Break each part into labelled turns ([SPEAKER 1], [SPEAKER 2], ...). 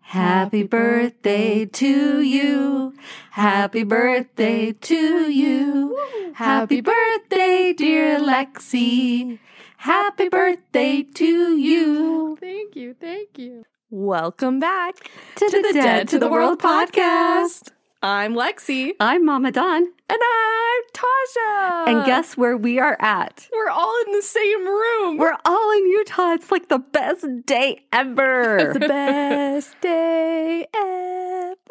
[SPEAKER 1] Happy birthday to you. Happy birthday to you. Happy birthday, dear Lexi. Happy birthday to you.
[SPEAKER 2] Thank you. Thank you.
[SPEAKER 3] Welcome back
[SPEAKER 1] To, the, Dead, to the World podcast.
[SPEAKER 3] I'm Lexi.
[SPEAKER 1] I'm Mama Don.
[SPEAKER 3] And I'm Tasha.
[SPEAKER 1] And guess where we are at?
[SPEAKER 3] we're all in the same room.
[SPEAKER 1] We're all in Utah. It's like the best day ever.
[SPEAKER 3] the best day ever.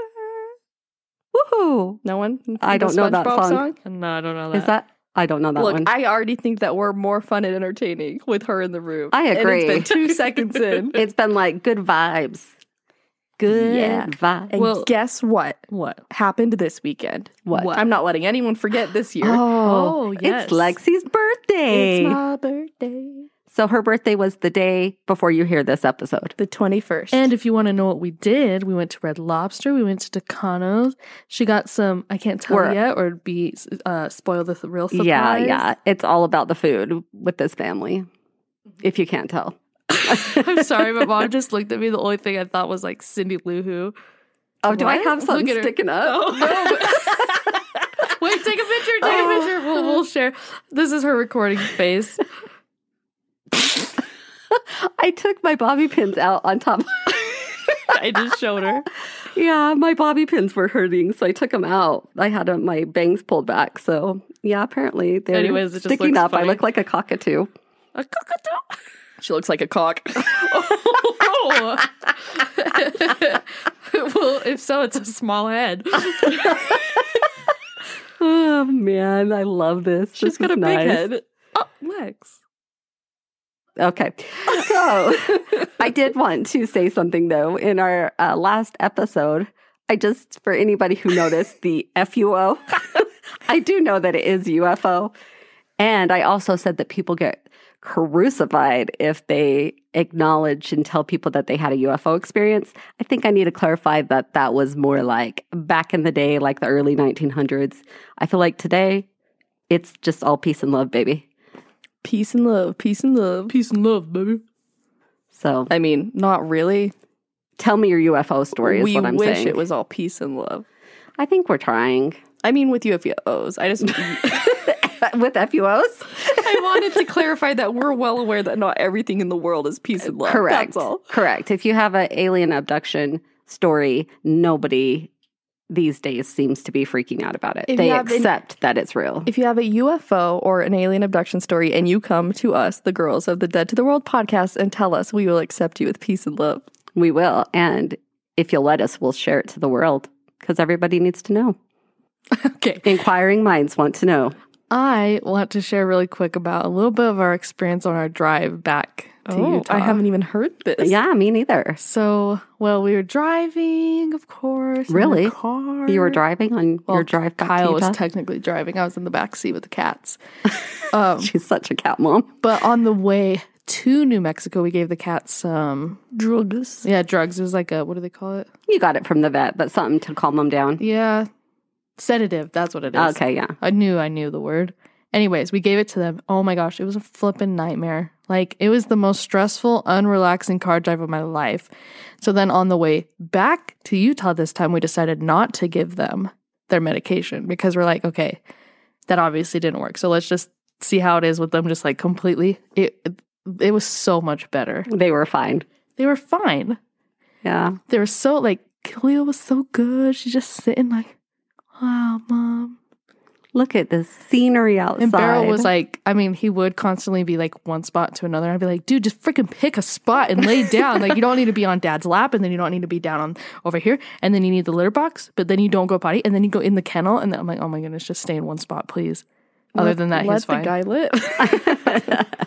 [SPEAKER 1] Woohoo.
[SPEAKER 3] No one? think
[SPEAKER 1] I
[SPEAKER 3] of
[SPEAKER 1] don't know that
[SPEAKER 3] SpongeBob
[SPEAKER 1] song.
[SPEAKER 2] No, I don't know that.
[SPEAKER 1] Is that? I don't know that
[SPEAKER 3] Look,
[SPEAKER 1] one.
[SPEAKER 3] I already think that we're more fun and entertaining with her in the room.
[SPEAKER 1] I
[SPEAKER 3] And
[SPEAKER 1] agree.
[SPEAKER 3] it's been two seconds in.
[SPEAKER 1] it's been like good vibes. Good
[SPEAKER 3] Yeah.
[SPEAKER 1] vibes.
[SPEAKER 3] And
[SPEAKER 2] Well-
[SPEAKER 3] guess what
[SPEAKER 2] what?
[SPEAKER 3] happened this weekend?
[SPEAKER 1] What?
[SPEAKER 3] I'm not letting anyone forget this year.
[SPEAKER 1] Oh,
[SPEAKER 2] Oh, yes.
[SPEAKER 1] it's Lexi's birthday.
[SPEAKER 3] It's my birthday.
[SPEAKER 1] so her birthday was the day before you hear this episode.
[SPEAKER 3] The 21st.
[SPEAKER 2] And if you want to know what we did, we went to Red Lobster. We went to Decano's. She got some. I can't tell
[SPEAKER 1] We're-
[SPEAKER 2] yet, or it'd be uh, spoil the th- real surprise.
[SPEAKER 1] Yeah, yeah. It's all about the food with this family,
[SPEAKER 2] Mm-hmm.
[SPEAKER 1] if you can't tell.
[SPEAKER 2] I'm sorry, but mom just looked at me. The only thing I thought was like Cindy Lou Who.
[SPEAKER 1] Oh, do I
[SPEAKER 2] What?
[SPEAKER 1] have something
[SPEAKER 2] Look at her.
[SPEAKER 1] sticking up?
[SPEAKER 2] Wait, take a picture. Take
[SPEAKER 1] Oh.
[SPEAKER 2] a picture. We'll, we'll share. This is her recording face.
[SPEAKER 1] I took my bobby pins out on top.
[SPEAKER 2] I just showed her.
[SPEAKER 1] yeah, my bobby pins were hurting, so I took them out. I had uh, my bangs pulled back, so yeah. Apparently, they're
[SPEAKER 2] Anyways, it just
[SPEAKER 1] sticking
[SPEAKER 2] looks
[SPEAKER 1] up. I
[SPEAKER 2] funny.
[SPEAKER 1] look like a cockatoo.
[SPEAKER 2] A cockatoo.
[SPEAKER 3] she looks like a cock.
[SPEAKER 2] Oh. well, if so, it's a small head.
[SPEAKER 1] Oh man, I love this. This
[SPEAKER 2] She's got
[SPEAKER 1] is
[SPEAKER 2] a big
[SPEAKER 1] nice.
[SPEAKER 2] head. Oh, Lex.
[SPEAKER 1] Okay. So I did want to say something though. In our uh, last episode, I just, for anybody who noticed the FUO, I do know that it is UFO. And I also said that people get crucified if they acknowledge and tell people that they had a UFO experience. I think I need to clarify that that was more like back in the day, like the early 1900s. I feel like today, it's just all peace and love, baby.
[SPEAKER 3] Peace and love. Peace and love.
[SPEAKER 2] Peace and love, baby.
[SPEAKER 1] So
[SPEAKER 3] I mean, not really.
[SPEAKER 1] tell me your UFO story is
[SPEAKER 3] we
[SPEAKER 1] what I'm
[SPEAKER 3] wish
[SPEAKER 1] saying.
[SPEAKER 3] it was all peace and love.
[SPEAKER 1] I think we're trying
[SPEAKER 3] I mean, with UFOs, I just
[SPEAKER 1] with FUOs.
[SPEAKER 3] I wanted to clarify that we're well aware that not everything in the world is peace and love.
[SPEAKER 1] Correct.
[SPEAKER 3] That's all.
[SPEAKER 1] Correct. If you have an alien abduction story, nobody these days seems to be freaking out about it.
[SPEAKER 3] If
[SPEAKER 1] they
[SPEAKER 3] you have an-
[SPEAKER 1] accept that it's real.
[SPEAKER 3] If you have a UFO or an alien abduction story and you come to us, the girls of the Dead to the World podcast, and tell us, we will accept you with peace and love.
[SPEAKER 1] we will, and if you'll let us, we'll share it to the world because everybody needs to know.
[SPEAKER 2] Okay.
[SPEAKER 1] Inquiring minds want to know.
[SPEAKER 2] I want to share really quick about a little bit of our experience on our drive back to
[SPEAKER 1] Oh,
[SPEAKER 2] Utah.
[SPEAKER 3] Oh, I haven't even heard this.
[SPEAKER 1] Yeah, me neither.
[SPEAKER 2] So, well, we were driving, of course. in the
[SPEAKER 1] Really?
[SPEAKER 2] car.
[SPEAKER 1] You were driving on
[SPEAKER 2] Well,
[SPEAKER 1] your drive back
[SPEAKER 2] Kyle
[SPEAKER 1] to Utah.
[SPEAKER 2] was technically driving. I was in the back seat with the cats. Um,
[SPEAKER 1] She's such a cat mom.
[SPEAKER 2] but on the way to New Mexico, we gave the cats some
[SPEAKER 3] drugs.
[SPEAKER 2] yeah drugs. It was like a what do they call it?
[SPEAKER 1] You got it from the vet, but something to calm them down.
[SPEAKER 2] Yeah, sedative. That's what it is.
[SPEAKER 1] Okay, yeah.
[SPEAKER 2] I knew I knew the word. Anyways, we gave it to them. Oh my gosh, it was a flippin' nightmare. Like it was the most stressful, unrelaxing car drive of my life. So then on the way back to Utah this time, we decided not to give them their medication because we're like, okay, that obviously didn't work. So let's just see how it is with them just like completely. It it was so much better.
[SPEAKER 1] They were fine.
[SPEAKER 2] They were fine.
[SPEAKER 1] Yeah.
[SPEAKER 2] They were so like Cleo was so good. She's just sitting like, wow, mom.
[SPEAKER 1] Look at the scenery outside.
[SPEAKER 2] And Beryl was like, I mean, he would constantly be like one spot to another. I'd be like, dude, just freaking pick a spot and lay down. like, you don't need to be on dad's lap, and then you don't need to be down on over here, and then you need the litter box, but then you don't go potty, and then you go in the kennel, and then I'm like, oh my goodness, just stay in one spot, please. Other than that,
[SPEAKER 3] let
[SPEAKER 2] he's
[SPEAKER 3] the
[SPEAKER 2] fine.
[SPEAKER 3] guy live.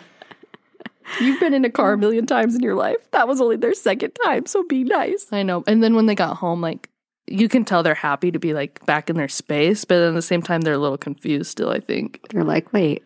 [SPEAKER 3] You've been in a car a million times in your life. That was only their second time, so be nice.
[SPEAKER 2] I know. And then when they got home, like you can tell they're happy to be like back in their space, but at the same time, they're a little confused still. I think
[SPEAKER 1] You're like, wait,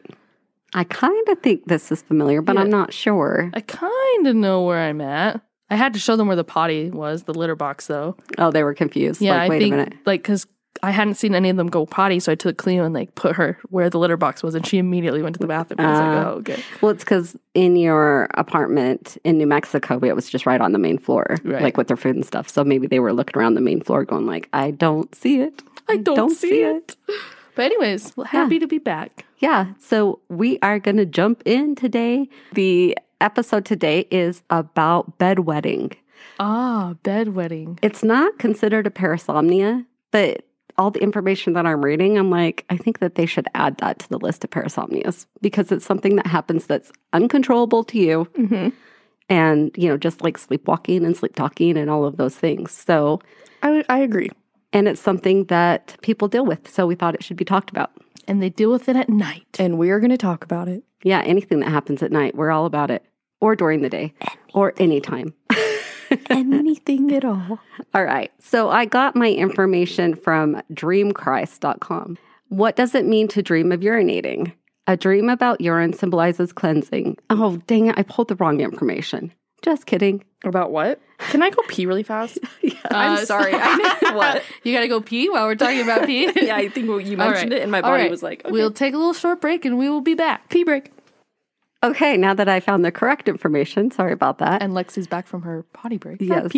[SPEAKER 1] I kind of think this is familiar, but I'm not sure.
[SPEAKER 2] I kind of know where I'm at. I had to show them where the potty was, the litter box though.
[SPEAKER 1] Oh, they were confused.
[SPEAKER 2] Yeah,
[SPEAKER 1] like,
[SPEAKER 2] I
[SPEAKER 1] wait
[SPEAKER 2] think
[SPEAKER 1] a minute.
[SPEAKER 2] like because I hadn't seen any of them go potty, so I took Cleo and like put her where the litter box was, and she immediately went to the bathroom. I was like,
[SPEAKER 1] Ah.
[SPEAKER 2] oh, okay,
[SPEAKER 1] Well, it's because in your apartment in New Mexico, it was just right on the main floor,
[SPEAKER 2] Right.
[SPEAKER 1] like with their food and stuff. So maybe they were looking around the main floor, going like, "I don't see it.
[SPEAKER 2] I don't, see, it. But anyways, well, happy to be back.
[SPEAKER 1] Yeah. So we are going to jump in today. The episode today is about bedwetting.
[SPEAKER 2] Ah, bedwetting.
[SPEAKER 1] It's not considered a parasomnia, but all the information that I'm reading, I'm like, I think that they should add that to the list of parasomnias because it's something that happens that's uncontrollable to you.
[SPEAKER 3] Mhm.
[SPEAKER 1] And, you know, just like sleepwalking and sleep talking and all of those things. So,
[SPEAKER 3] I would- I agree.
[SPEAKER 1] and it's something that people deal with. So we thought it should be talked about.
[SPEAKER 2] And they deal with it at night.
[SPEAKER 3] And we are going to talk about it.
[SPEAKER 1] Yeah, anything that happens at night, we're all about it. Or during the day, or anytime.
[SPEAKER 3] Anything at all.
[SPEAKER 1] All right. So I got my information from dreamchrist.com. What does it mean to dream of urinating? A dream about urine symbolizes cleansing. Oh, dang it. I pulled the wrong information. Just kidding.
[SPEAKER 3] About what? Can I go pee really fast?
[SPEAKER 2] Uh,
[SPEAKER 3] I'm
[SPEAKER 2] so-
[SPEAKER 3] sorry. I know what.
[SPEAKER 2] you gotta go pee while we're talking about pee.
[SPEAKER 3] Yeah, I think you
[SPEAKER 2] All
[SPEAKER 3] mentioned
[SPEAKER 2] right.
[SPEAKER 3] it, and my
[SPEAKER 2] All
[SPEAKER 3] body
[SPEAKER 2] right.
[SPEAKER 3] was like, "Oh, okay.
[SPEAKER 2] We'll take a little short break and we will be back.
[SPEAKER 3] pee break.
[SPEAKER 1] Okay. Now that I found the correct information, sorry about that.
[SPEAKER 2] And Lexi's back from her potty break.
[SPEAKER 1] Yes.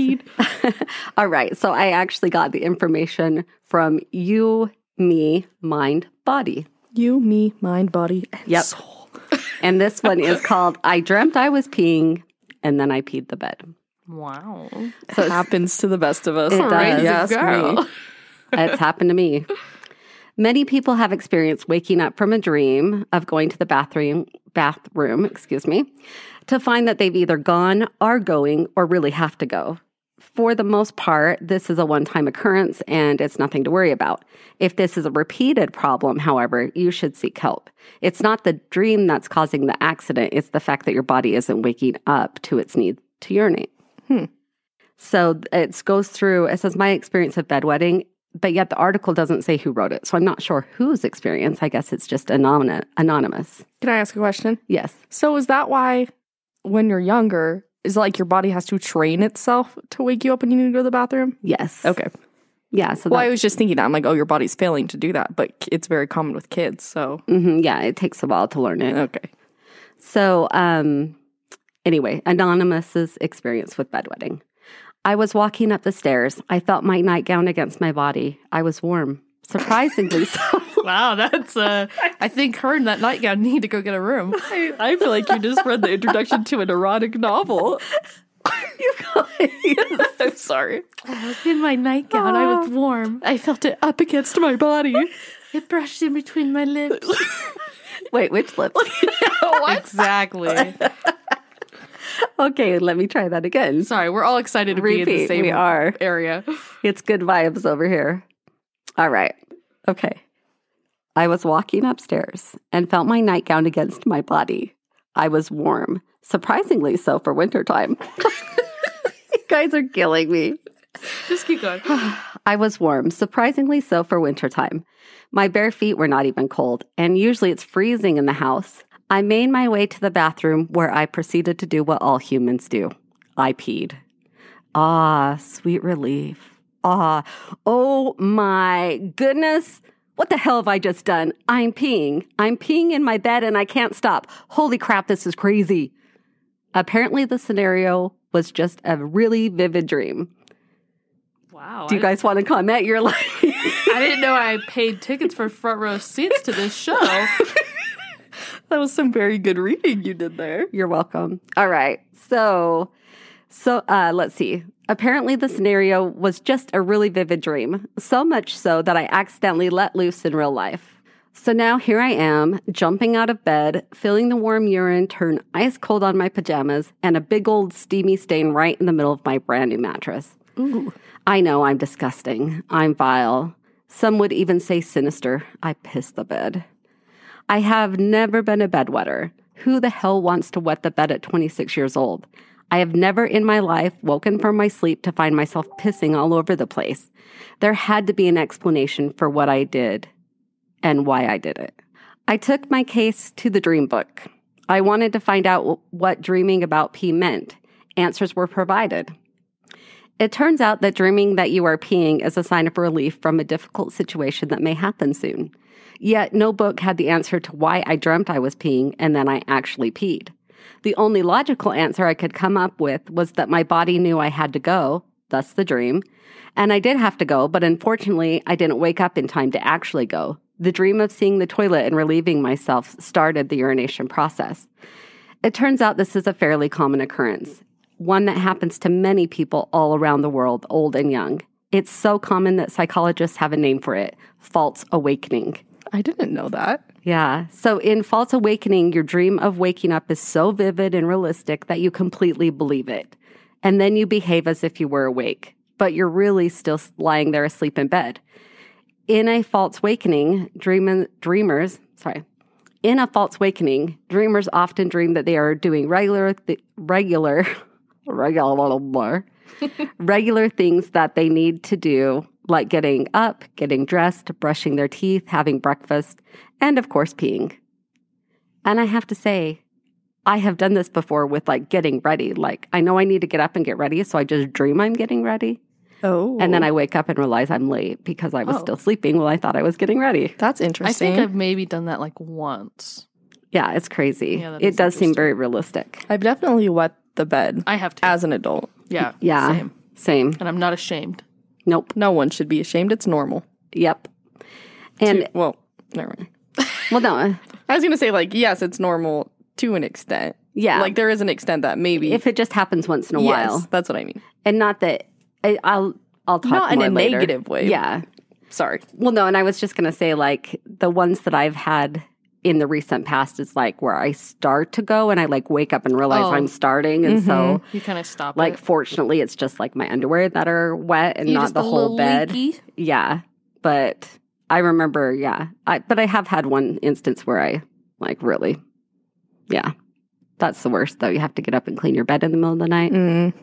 [SPEAKER 1] All right. So I actually got the information from you, me, mind, body.
[SPEAKER 3] You, me, mind, body, and
[SPEAKER 1] Yep.
[SPEAKER 3] soul.
[SPEAKER 1] And this one is called I Dreamt I Was Peeing and Then I Peed the Bed.
[SPEAKER 2] Wow.
[SPEAKER 1] So it's
[SPEAKER 3] happens to the best of us.
[SPEAKER 1] It does.
[SPEAKER 3] You ask me.
[SPEAKER 1] It's happened to me. Many people have experienced waking up from a dream of going to the bathroom, bathroom, excuse me, to find that they've either gone, are going, or really have to go. For the most part, this is a one time occurrence and it's nothing to worry about. If this is a repeated problem, however, you should seek help. It's not the dream that's causing the accident, it's the fact that your body isn't waking up to its need to urinate. So it goes through, it says, my experience of bedwetting, but yet the article doesn't say who wrote it. So I'm not sure whose experience. I guess it's just anonymous. anonymous.
[SPEAKER 3] Can I ask a question?
[SPEAKER 1] Yes.
[SPEAKER 3] So, is that why when you're younger, is it like your body has to train itself to wake you up when you need to go to the bathroom?
[SPEAKER 1] Yes.
[SPEAKER 3] Okay.
[SPEAKER 1] Yeah. So
[SPEAKER 3] Well, I
[SPEAKER 1] that,
[SPEAKER 3] was just thinking that. I'm like, oh, your body's failing to do that, but it's very common with kids. So,
[SPEAKER 1] Mhm, yeah, it takes a while to learn it.
[SPEAKER 3] okay.
[SPEAKER 1] So, um, anyway, Anonymous's experience with bedwetting. I was walking up the stairs. I felt my nightgown against my body. I was warm, surprisingly so.
[SPEAKER 2] Wow, that's uh I think her and that nightgown need to go get a room.
[SPEAKER 3] I, I feel like you just read the introduction to an erotic novel. I'm sorry.
[SPEAKER 2] I was in my nightgown, I was warm. I felt it up against my body. It brushed in between my lips.
[SPEAKER 1] Wait, which lips?
[SPEAKER 2] Exactly.
[SPEAKER 1] okay, let me try that again.
[SPEAKER 2] Sorry, we're all excited to be in the
[SPEAKER 1] Repeat.
[SPEAKER 2] same
[SPEAKER 1] We are.
[SPEAKER 2] area.
[SPEAKER 1] It's good vibes over here. All right. Okay. I was walking upstairs and felt my nightgown against my body. I was warm, surprisingly so for wintertime. you guys are killing me.
[SPEAKER 2] Just keep going.
[SPEAKER 1] I was warm, surprisingly so for wintertime. My bare feet were not even cold, and usually it's freezing in the house. I made my way to the bathroom where I proceeded to do what all humans do I peed. Ah, sweet relief. Ah, oh my goodness. What the hell have I just done? I'm peeing. I'm peeing in my bed and I can't stop. Holy crap, this is crazy. Apparently, the scenario was just a really vivid dream.
[SPEAKER 2] Wow.
[SPEAKER 1] Do you guys want to comment? You're like,
[SPEAKER 2] I didn't know I paid tickets for front row seats to this show.
[SPEAKER 3] That was some very good reading you did there.
[SPEAKER 1] You're welcome. All right. So, so uh, let's see. Apparently, the scenario was just a really vivid dream, so much so that I accidentally let loose in real life. So now here I am, jumping out of bed, feeling the warm urine turn ice cold on my pajamas, and a big old steamy stain right in the middle of my brand new mattress. I know I'm disgusting. I'm vile. Some would even say sinister. I pissed the bed. I have never been a bedwetter. Who the hell wants to wet the bed at 26 years old? I have never in my life woken from my sleep to find myself pissing all over the place. There had to be an explanation for what I did and why I did it. I took my case to the dream book. I wanted to find out wh- what dreaming about pee meant. Answers were provided. It turns out that dreaming that you are peeing is a sign of relief from a difficult situation that may happen soon. Yet, no book had the answer to why I dreamt I was peeing and then I actually peed. The only logical answer I could come up with was that my body knew I had to go, thus the dream. And I did have to go, but unfortunately, I didn't wake up in time to actually go. The dream of seeing the toilet and relieving myself started the urination process. It turns out this is a fairly common occurrence, one that happens to many people all around the world, old and young. It's so common that psychologists have a name for it false awakening.
[SPEAKER 3] I didn't know that.
[SPEAKER 1] Yeah. So in False Awakening, your dream of waking up is so vivid and realistic that you completely believe it. And then you behave as if you were awake, but you're really still lying there asleep in bed. In a false awakening, dream- dreamers, sorry, in a false awakening, dreamers often dream that they are doing regular, th- regular, regular, regular things that they need to do, like getting up, getting dressed, brushing their teeth, having breakfast, and of course, peeing. And I have to say, I have done this before with like getting ready. Like, I know I need to get up and get ready, so I just dream I'm getting ready.
[SPEAKER 3] Oh.
[SPEAKER 1] And then I wake up and realize I'm late because I was
[SPEAKER 3] Oh.
[SPEAKER 1] still sleeping while I thought I was getting ready.
[SPEAKER 3] That's
[SPEAKER 2] I
[SPEAKER 3] interesting.
[SPEAKER 2] think I've maybe done that like once.
[SPEAKER 1] Yeah, it's crazy.
[SPEAKER 2] Yeah, that
[SPEAKER 1] it
[SPEAKER 2] is
[SPEAKER 1] does seem
[SPEAKER 2] interesting.
[SPEAKER 1] very realistic.
[SPEAKER 3] I've definitely wet the bed
[SPEAKER 2] I have to.
[SPEAKER 3] as an adult.
[SPEAKER 2] yeah.
[SPEAKER 1] Yeah.
[SPEAKER 2] Same.
[SPEAKER 1] Same.
[SPEAKER 2] And I'm not ashamed.
[SPEAKER 1] Nope.
[SPEAKER 3] No one should be ashamed. It's normal.
[SPEAKER 1] Yep. And
[SPEAKER 3] To- well, never mind.
[SPEAKER 1] well, no. uh,
[SPEAKER 3] I was gonna say like yes, it's normal to an extent.
[SPEAKER 1] Yeah.
[SPEAKER 3] like there is an extent that maybe
[SPEAKER 1] If it just happens once in a
[SPEAKER 3] yes,
[SPEAKER 1] while,
[SPEAKER 3] that's what I mean.
[SPEAKER 1] and not that I, I'll I'll talk
[SPEAKER 3] Not in
[SPEAKER 1] more
[SPEAKER 3] a
[SPEAKER 1] later.
[SPEAKER 3] negative way.
[SPEAKER 1] Yeah.
[SPEAKER 3] Sorry.
[SPEAKER 1] Well, no, and I was just gonna say like the ones that I've had in the recent past is like where I start to go and I like wake up and realize
[SPEAKER 2] Oh. Mm-hmm.
[SPEAKER 1] I'm starting, and so
[SPEAKER 2] You kind of stop.
[SPEAKER 1] like
[SPEAKER 2] it.
[SPEAKER 1] fortunately it's just like my underwear that are wet and
[SPEAKER 2] You
[SPEAKER 1] not
[SPEAKER 2] just
[SPEAKER 1] the
[SPEAKER 2] a
[SPEAKER 1] whole
[SPEAKER 2] little
[SPEAKER 1] bed.
[SPEAKER 2] leaky.
[SPEAKER 1] Yeah, but I remember. Yeah, I but I have had one instance where I like really, yeah, that's the worst though. You have to get up and clean your bed in the middle of the night.
[SPEAKER 3] Mm.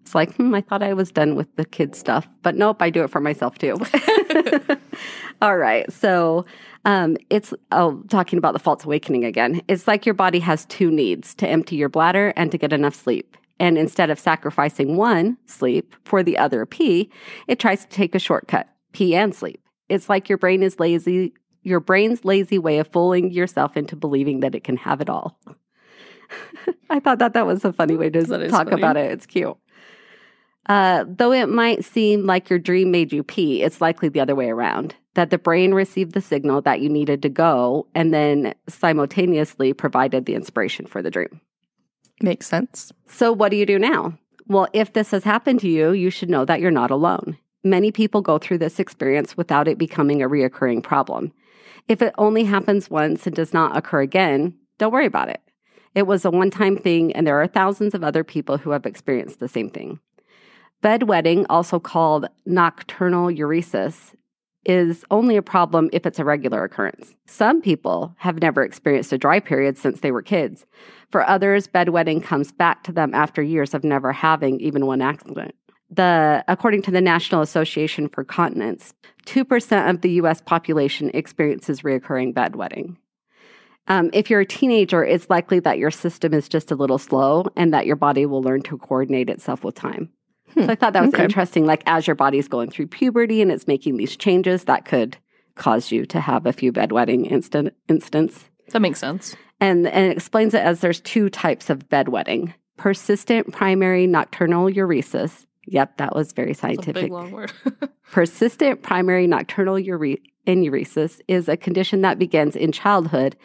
[SPEAKER 1] It's like, hmm, I thought I was done with the kid stuff, but nope, I do it for myself too. All right. So um, it's, oh, talking about the false awakening again. It's like your body has two needs to empty your bladder and to get enough sleep. And instead of sacrificing one, sleep, for the other, pee, it tries to take a shortcut, pee and sleep. It's like your brain is lazy, your brain's lazy way of fooling yourself into believing that it can have it all. I thought that that was a funny way to
[SPEAKER 3] That is
[SPEAKER 1] talk
[SPEAKER 3] funny.
[SPEAKER 1] about it. It's cute. Uh, though it might seem like your dream made you pee, it's likely the other way around. That the brain received the signal that you needed to go and then simultaneously provided the inspiration for the dream.
[SPEAKER 3] Makes sense.
[SPEAKER 1] So, what do you do now? Well, if this has happened to you, you should know that you're not alone. Many people go through this experience without it becoming a reoccurring problem. If it only happens once and does not occur again, don't worry about it. It was a one time thing, and there are thousands of other people who have experienced the same thing. Bedwetting, also called nocturnal uresis, is only a problem if it's a regular occurrence. Some people have never experienced a dry period since they were kids. For others, bedwetting comes back to them after years of never having even one accident. The, according to the National Association for Continents, 2% of the US population experiences reoccurring bedwetting. Um, if you're a teenager, it's likely that your system is just a little slow and that your body will learn to coordinate itself with time. So I thought that was
[SPEAKER 3] Okay.
[SPEAKER 1] interesting. Like, as your body's going through puberty and it's making these changes, that could cause you to have a few bedwetting instant, instance
[SPEAKER 2] That makes sense.
[SPEAKER 1] and, and it explains it as there's two types of bedwetting persistent primary nocturnal uresis. Yep, that was very
[SPEAKER 2] It's a
[SPEAKER 1] scientific.
[SPEAKER 2] big long word.
[SPEAKER 1] Persistent primary nocturnal ure- enuresis is a condition that begins in childhood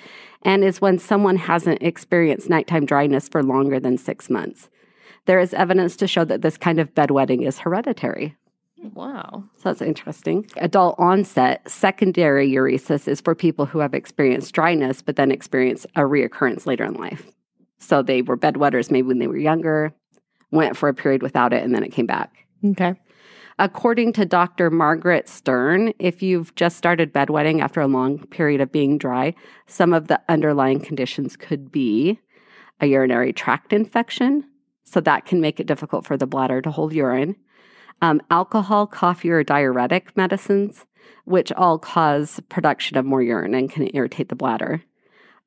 [SPEAKER 1] and is when someone hasn't experienced nighttime dryness for longer than six months. There is evidence to show that this kind of bedwetting is hereditary.
[SPEAKER 2] wow.
[SPEAKER 1] So that's interesting. Adult onset secondary uresis is for people who have experienced dryness, but then experience a reoccurrence later in life. So they were bedwetters maybe when they were younger, went for a period without it, and then it came back.
[SPEAKER 3] Okay.
[SPEAKER 1] According to Dr. Margaret Stern, if you've just started bedwetting after a long period of being dry, some of the underlying conditions could be a urinary tract infection. So that can make it difficult for the bladder to hold urine. Um, alcohol, coffee, or diuretic medicines, which all cause production of more urine and can irritate the bladder.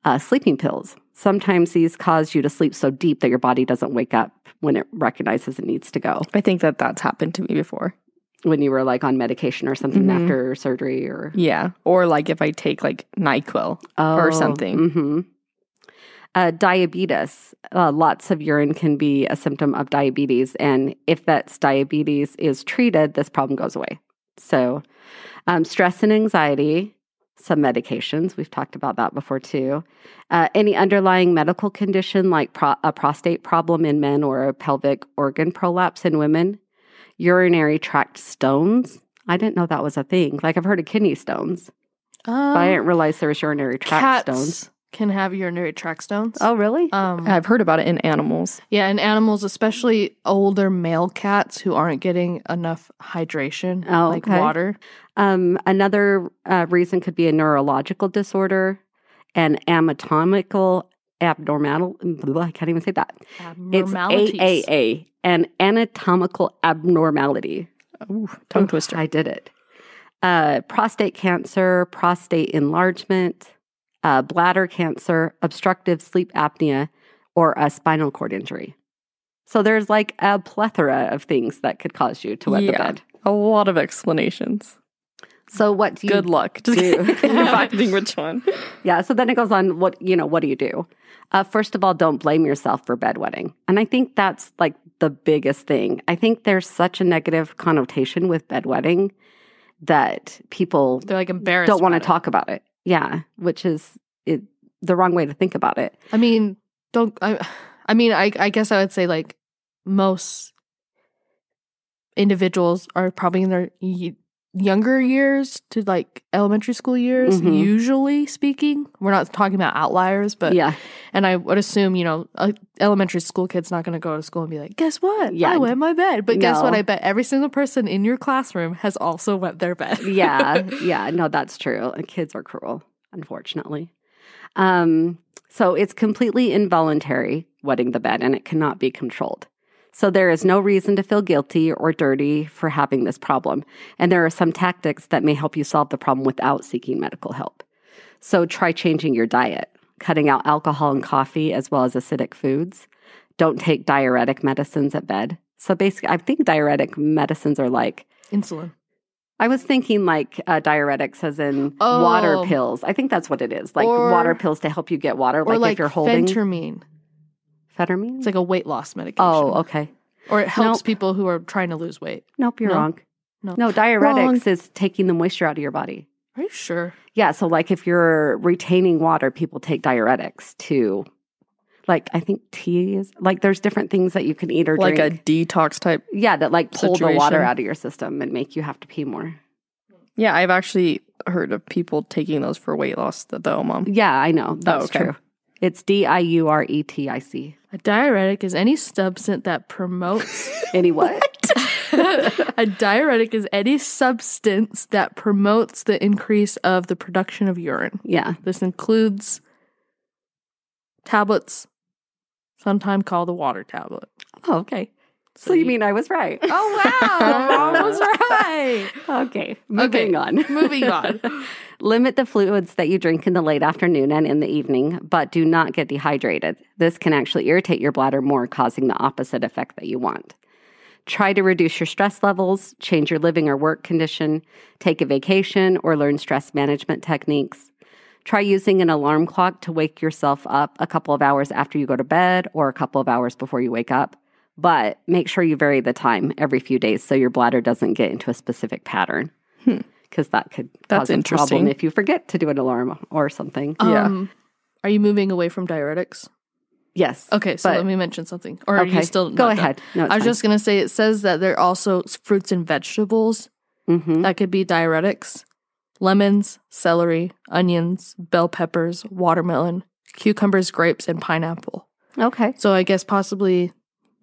[SPEAKER 1] Uh, sleeping pills, Sometimes these cause you to sleep so deep that your body doesn't wake up when it recognizes it needs to go.
[SPEAKER 3] I think that that's happened to me before.
[SPEAKER 1] When you were like on medication or something
[SPEAKER 3] Mhm.
[SPEAKER 1] after surgery or
[SPEAKER 3] Yeah. Or like if I take like NyQuil. or something.
[SPEAKER 1] hmm Uh, diabetes. Uh, lots of urine can be a symptom of diabetes, and if that's diabetes is treated, this problem goes away. So, um, stress and anxiety, some medications. We've talked about that before too. Uh, any underlying medical condition like pro- a prostate problem in men or a pelvic organ prolapse in women, urinary tract stones. I didn't know that was a thing. Like I've heard of kidney stones, but I
[SPEAKER 2] Um,
[SPEAKER 1] didn't realize there was urinary tract
[SPEAKER 2] cats
[SPEAKER 1] stones.
[SPEAKER 2] can have urinary tract stones.
[SPEAKER 1] Oh, really?
[SPEAKER 2] Um,
[SPEAKER 3] I've heard about it in animals.
[SPEAKER 2] yeah, and animals, especially older male cats who aren't getting enough hydration,
[SPEAKER 1] Oh,
[SPEAKER 2] like
[SPEAKER 1] okay.
[SPEAKER 2] water.
[SPEAKER 1] Um, another uh, reason could be a neurological disorder, an anatomical abnormal. blah, I can't even say that. It's
[SPEAKER 2] Abnormalities.
[SPEAKER 1] AAA, an anatomical abnormality.
[SPEAKER 3] Ooh, tongue
[SPEAKER 1] Ooh,
[SPEAKER 3] twister.
[SPEAKER 1] I did it. Uh, prostate cancer, prostate enlargement, uh, bladder cancer, obstructive sleep apnea, or a spinal cord injury. So there's like a plethora of things that could cause you to wet the
[SPEAKER 3] Yeah.
[SPEAKER 1] bed.
[SPEAKER 3] A lot of explanations.
[SPEAKER 1] So what do you
[SPEAKER 3] Good luck. Just
[SPEAKER 1] do.
[SPEAKER 3] kidding. finding which one.
[SPEAKER 1] Yeah. So then it goes on. What you know? What do you do? Uh, first of all, don't blame yourself for bedwetting, and I think that's like the biggest thing. I think there's such a negative connotation with bedwetting that people
[SPEAKER 2] They're like embarrassed.
[SPEAKER 1] don't want to
[SPEAKER 2] about it.
[SPEAKER 1] talk about it. Yeah, which is it, the wrong way to think about it.
[SPEAKER 2] I mean, don't. I, I mean, I, I guess I would say like most individuals are probably in their y- younger years to like elementary school years.
[SPEAKER 1] Mhm.
[SPEAKER 2] Usually speaking, we're not talking about outliers, but
[SPEAKER 1] yeah,
[SPEAKER 2] and I would assume you know a elementary school kid's not going to go to school and be like, guess what?
[SPEAKER 1] Yeah.
[SPEAKER 2] I wet my bed. But guess what?
[SPEAKER 1] No.
[SPEAKER 2] I bet every single person in your classroom has also wet their bed.
[SPEAKER 1] yeah, yeah. No, that's true. And Kids are cruel, unfortunately. Um, so it's completely involuntary wetting the bed, and it cannot be controlled. So there is no reason to feel guilty or dirty for having this problem. And there are some tactics that may help you solve the problem without seeking medical help. So try changing your diet, cutting out alcohol and coffee as well as acidic foods. Don't take diuretic medicines at bed. So basically, I think diuretic medicines are like
[SPEAKER 2] Insulin.
[SPEAKER 1] I was thinking like uh, diuretics, as in water
[SPEAKER 2] Oh.
[SPEAKER 1] pills. I think that's what it is, like
[SPEAKER 2] Or-
[SPEAKER 1] water pills to help you get water,
[SPEAKER 2] Or
[SPEAKER 1] like,
[SPEAKER 2] like
[SPEAKER 1] if you're holding
[SPEAKER 2] phentermine.
[SPEAKER 1] Phetamine?
[SPEAKER 2] It's like a weight loss medication.
[SPEAKER 1] oh, okay.
[SPEAKER 2] Or it helps
[SPEAKER 1] Nope.
[SPEAKER 2] people who are trying to lose weight.
[SPEAKER 1] Nope, you're
[SPEAKER 2] No.
[SPEAKER 1] wrong.
[SPEAKER 2] No.
[SPEAKER 1] no, diuretics is taking the moisture out of your body.
[SPEAKER 2] Are you sure?
[SPEAKER 1] Yeah, so like if you're retaining water, people take diuretics to, like I think tea is like there's different things that you can eat or
[SPEAKER 3] Like a
[SPEAKER 1] drink.
[SPEAKER 3] detox type.
[SPEAKER 1] yeah, that like pull the water
[SPEAKER 3] situation.
[SPEAKER 1] out of your system and make you have to pee more.
[SPEAKER 3] Yeah, I've actually heard of people taking those for weight loss th- though, mom.
[SPEAKER 1] Yeah, I
[SPEAKER 2] Oh,
[SPEAKER 1] know that's
[SPEAKER 3] okay.
[SPEAKER 1] true. It's D I U R E T I C.
[SPEAKER 2] A diuretic is any substance that promotes.
[SPEAKER 1] Any what?
[SPEAKER 2] a diuretic is any substance that promotes the increase of the production of urine.
[SPEAKER 1] yeah.
[SPEAKER 2] This includes tablets, sometimes called the water tablet.
[SPEAKER 1] Oh, okay. So you mean I was right?
[SPEAKER 2] Oh wow, mom was right.
[SPEAKER 1] okay. Moving on.
[SPEAKER 2] Moving on.
[SPEAKER 1] Limit the fluids that you drink in the late afternoon and in the evening, but do not get dehydrated. This can actually irritate your bladder more, causing the opposite effect that you want. Try to reduce your stress levels, change your living or work condition, take a vacation, or learn stress management techniques. Try using an alarm clock to wake yourself up a couple of hours after you go to bed or a couple of hours before you wake up. But make sure you vary the time every few days so your bladder doesn't get into a specific pattern. Because that could
[SPEAKER 3] Hmm.
[SPEAKER 1] cause
[SPEAKER 3] That's
[SPEAKER 1] a problem
[SPEAKER 3] interesting.
[SPEAKER 1] if you forget to do an alarm or something.
[SPEAKER 3] Yeah.
[SPEAKER 2] Um, are you moving away from diuretics?
[SPEAKER 1] yes.
[SPEAKER 2] Okay, so
[SPEAKER 1] But-
[SPEAKER 2] let me mention something. Or are you
[SPEAKER 1] Okay,
[SPEAKER 2] still
[SPEAKER 1] go
[SPEAKER 2] not done?
[SPEAKER 1] ahead. No, it's
[SPEAKER 2] I was
[SPEAKER 1] fine.
[SPEAKER 2] just gonna say it says that there are also fruits and vegetables
[SPEAKER 1] Mhm.
[SPEAKER 2] that could be diuretics, lemons, celery, onions, bell peppers, watermelon, cucumbers, grapes, and pineapple.
[SPEAKER 1] Okay.
[SPEAKER 2] So I guess possibly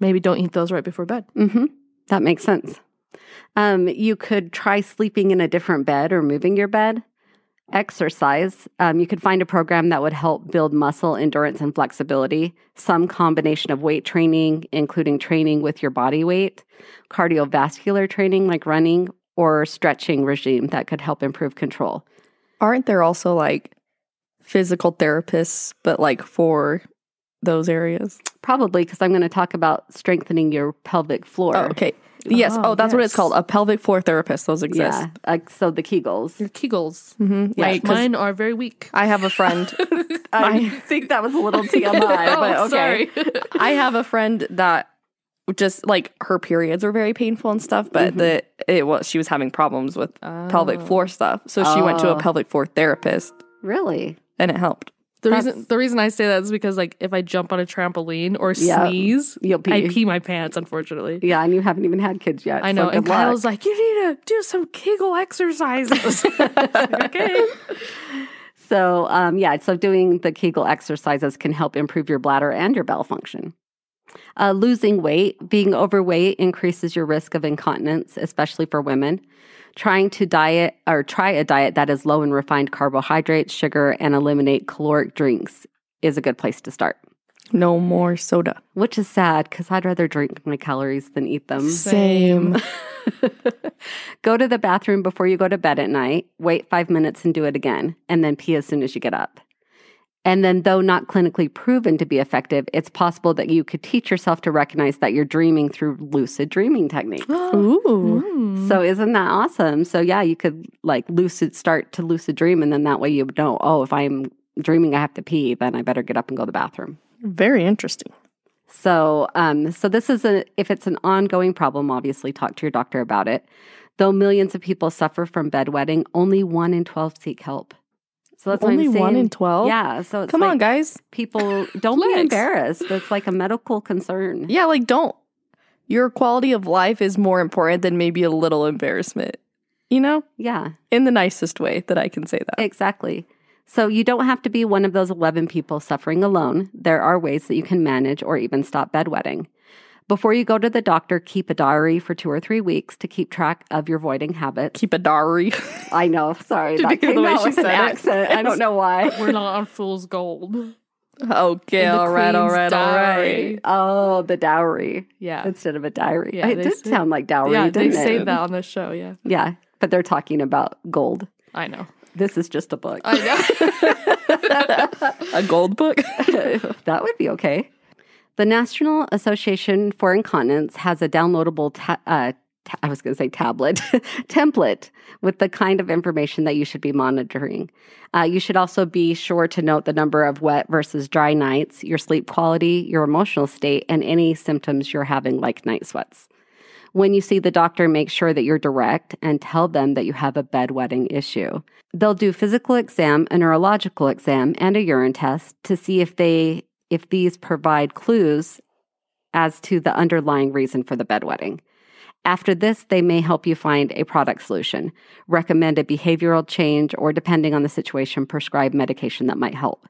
[SPEAKER 2] maybe don't eat those right before bed.
[SPEAKER 1] Mm-hmm. That makes sense. Um, you could try sleeping in a different bed or moving your bed. Exercise. Um, you could find a program that would help build muscle endurance and flexibility. Some combination of weight training, including training with your body weight, cardiovascular training like running, or stretching regime that could help improve control.
[SPEAKER 3] Aren't there also like physical therapists, but like for those areas.
[SPEAKER 1] Probably because I'm going to talk about strengthening your pelvic floor.
[SPEAKER 3] Oh, okay. Yes.
[SPEAKER 2] Oh,
[SPEAKER 3] Oh, that's what it's
[SPEAKER 2] yes.
[SPEAKER 3] called. A pelvic floor therapist. Those exist.
[SPEAKER 1] Yeah. Like, so the Kegels.
[SPEAKER 2] Your Kegels.
[SPEAKER 3] Mm-hmm.
[SPEAKER 1] Yeah,
[SPEAKER 2] Like
[SPEAKER 3] 'cause-
[SPEAKER 2] mine are very weak.
[SPEAKER 3] I have a friend.
[SPEAKER 1] I think that was a little TMI, but okay.
[SPEAKER 2] Oh, sorry.
[SPEAKER 3] I have a friend that just like her periods are very painful and stuff, but the it was she was having problems with
[SPEAKER 2] Uh,
[SPEAKER 3] pelvic floor stuff. So she went to a
[SPEAKER 1] Oh.
[SPEAKER 3] pelvic floor therapist
[SPEAKER 1] Really?
[SPEAKER 3] and it helped.
[SPEAKER 2] The
[SPEAKER 1] That's-
[SPEAKER 2] reason the reason I say that is because like if I jump on a trampoline or
[SPEAKER 1] Yeah.
[SPEAKER 2] sneeze,
[SPEAKER 1] You'll pee.
[SPEAKER 2] I pee my pants. Unfortunately,
[SPEAKER 1] Yeah, and you haven't even had kids yet.
[SPEAKER 2] I know.
[SPEAKER 1] So
[SPEAKER 2] and
[SPEAKER 1] good luck.
[SPEAKER 2] Kyle's like, "You need to do some Kegel exercises." okay.
[SPEAKER 1] So, um, yeah, so doing the Kegel exercises can help improve your bladder and your bowel function. Uh, losing weight, being overweight increases your risk of incontinence, especially for women. Trying to diet or try a diet that is low in refined carbohydrates, sugar, and eliminate caloric drinks is a good place to start,
[SPEAKER 3] No more soda.
[SPEAKER 1] which is sad because I'd rather drink my calories than eat them.
[SPEAKER 3] Same.
[SPEAKER 1] go to the bathroom before you go to bed at night, wait five minutes and do it again, and then pee as soon as you get up. And then, though not clinically proven to be effective, it's possible that you could teach yourself to recognize that you're dreaming through lucid dreaming technique. Hmm.
[SPEAKER 3] Ooh.
[SPEAKER 2] Mm.
[SPEAKER 1] So, isn't that awesome? So, yeah, you could like lucid start to lucid dream, and then that way you would know, oh, if I'm dreaming I have to pee, then I better get up and go to the bathroom.
[SPEAKER 3] Very interesting.
[SPEAKER 1] So, um, so this is a if it's an ongoing problem, obviously talk to your doctor about it. Though millions of people suffer from bedwetting, only one in twelve seek help. So that's
[SPEAKER 3] Only
[SPEAKER 1] what I'm
[SPEAKER 3] one
[SPEAKER 1] saying.
[SPEAKER 3] in twelve.
[SPEAKER 1] Yeah, so it's
[SPEAKER 3] Come
[SPEAKER 1] like
[SPEAKER 3] on, guys.
[SPEAKER 1] people don't be
[SPEAKER 2] Flex.
[SPEAKER 1] embarrassed. It's like a medical concern.
[SPEAKER 3] Yeah, like don't. Your quality of life is more important than maybe a little embarrassment. You know,
[SPEAKER 1] Yeah,
[SPEAKER 3] in the nicest way that I can say that.
[SPEAKER 1] exactly. So you don't have to be one of those eleven people suffering alone. There are ways that you can manage or even stop bedwetting. Before you go to the doctor, keep a diary for two or three weeks to keep track of your voiding habits.
[SPEAKER 3] Keep a diary.
[SPEAKER 1] I know. Sorry,
[SPEAKER 3] Did you
[SPEAKER 1] that
[SPEAKER 3] hear the
[SPEAKER 1] came
[SPEAKER 3] way
[SPEAKER 1] out
[SPEAKER 3] she
[SPEAKER 1] with an
[SPEAKER 3] said it?
[SPEAKER 1] accent. I don't know why.
[SPEAKER 2] We're not on fool's gold.
[SPEAKER 3] okay,
[SPEAKER 2] In the
[SPEAKER 3] all right, all
[SPEAKER 2] Queen's
[SPEAKER 3] right, all right.
[SPEAKER 2] diary.
[SPEAKER 1] Oh, the dowry
[SPEAKER 2] Yeah.
[SPEAKER 1] instead of a diary.
[SPEAKER 2] Yeah,
[SPEAKER 1] it
[SPEAKER 2] they
[SPEAKER 1] did
[SPEAKER 2] say-
[SPEAKER 1] sound like dowry,
[SPEAKER 2] Yeah, they
[SPEAKER 1] didn't it?
[SPEAKER 2] say that on the show. Yeah.
[SPEAKER 1] Yeah, but they're talking about gold.
[SPEAKER 2] I know.
[SPEAKER 1] This is just a book.
[SPEAKER 2] I know.
[SPEAKER 3] A gold book?
[SPEAKER 1] that would be okay. The National Association for Incontinence has a downloadable, ta- uh, ta- I was going to say tablet, template with the kind of information that you should be monitoring. Uh, you should also be sure to note the number of wet versus dry nights, your sleep quality, your emotional state, and any symptoms you're having, like night sweats. When you see the doctor, make sure that you're direct and tell them that you have a bedwetting issue. They'll do physical exam, a neurological exam, and a urine test to see if they if these provide clues as to the underlying reason for the bedwetting. After this, they may help you find a product solution, recommend a behavioral change, or depending on the situation, prescribe medication that might help.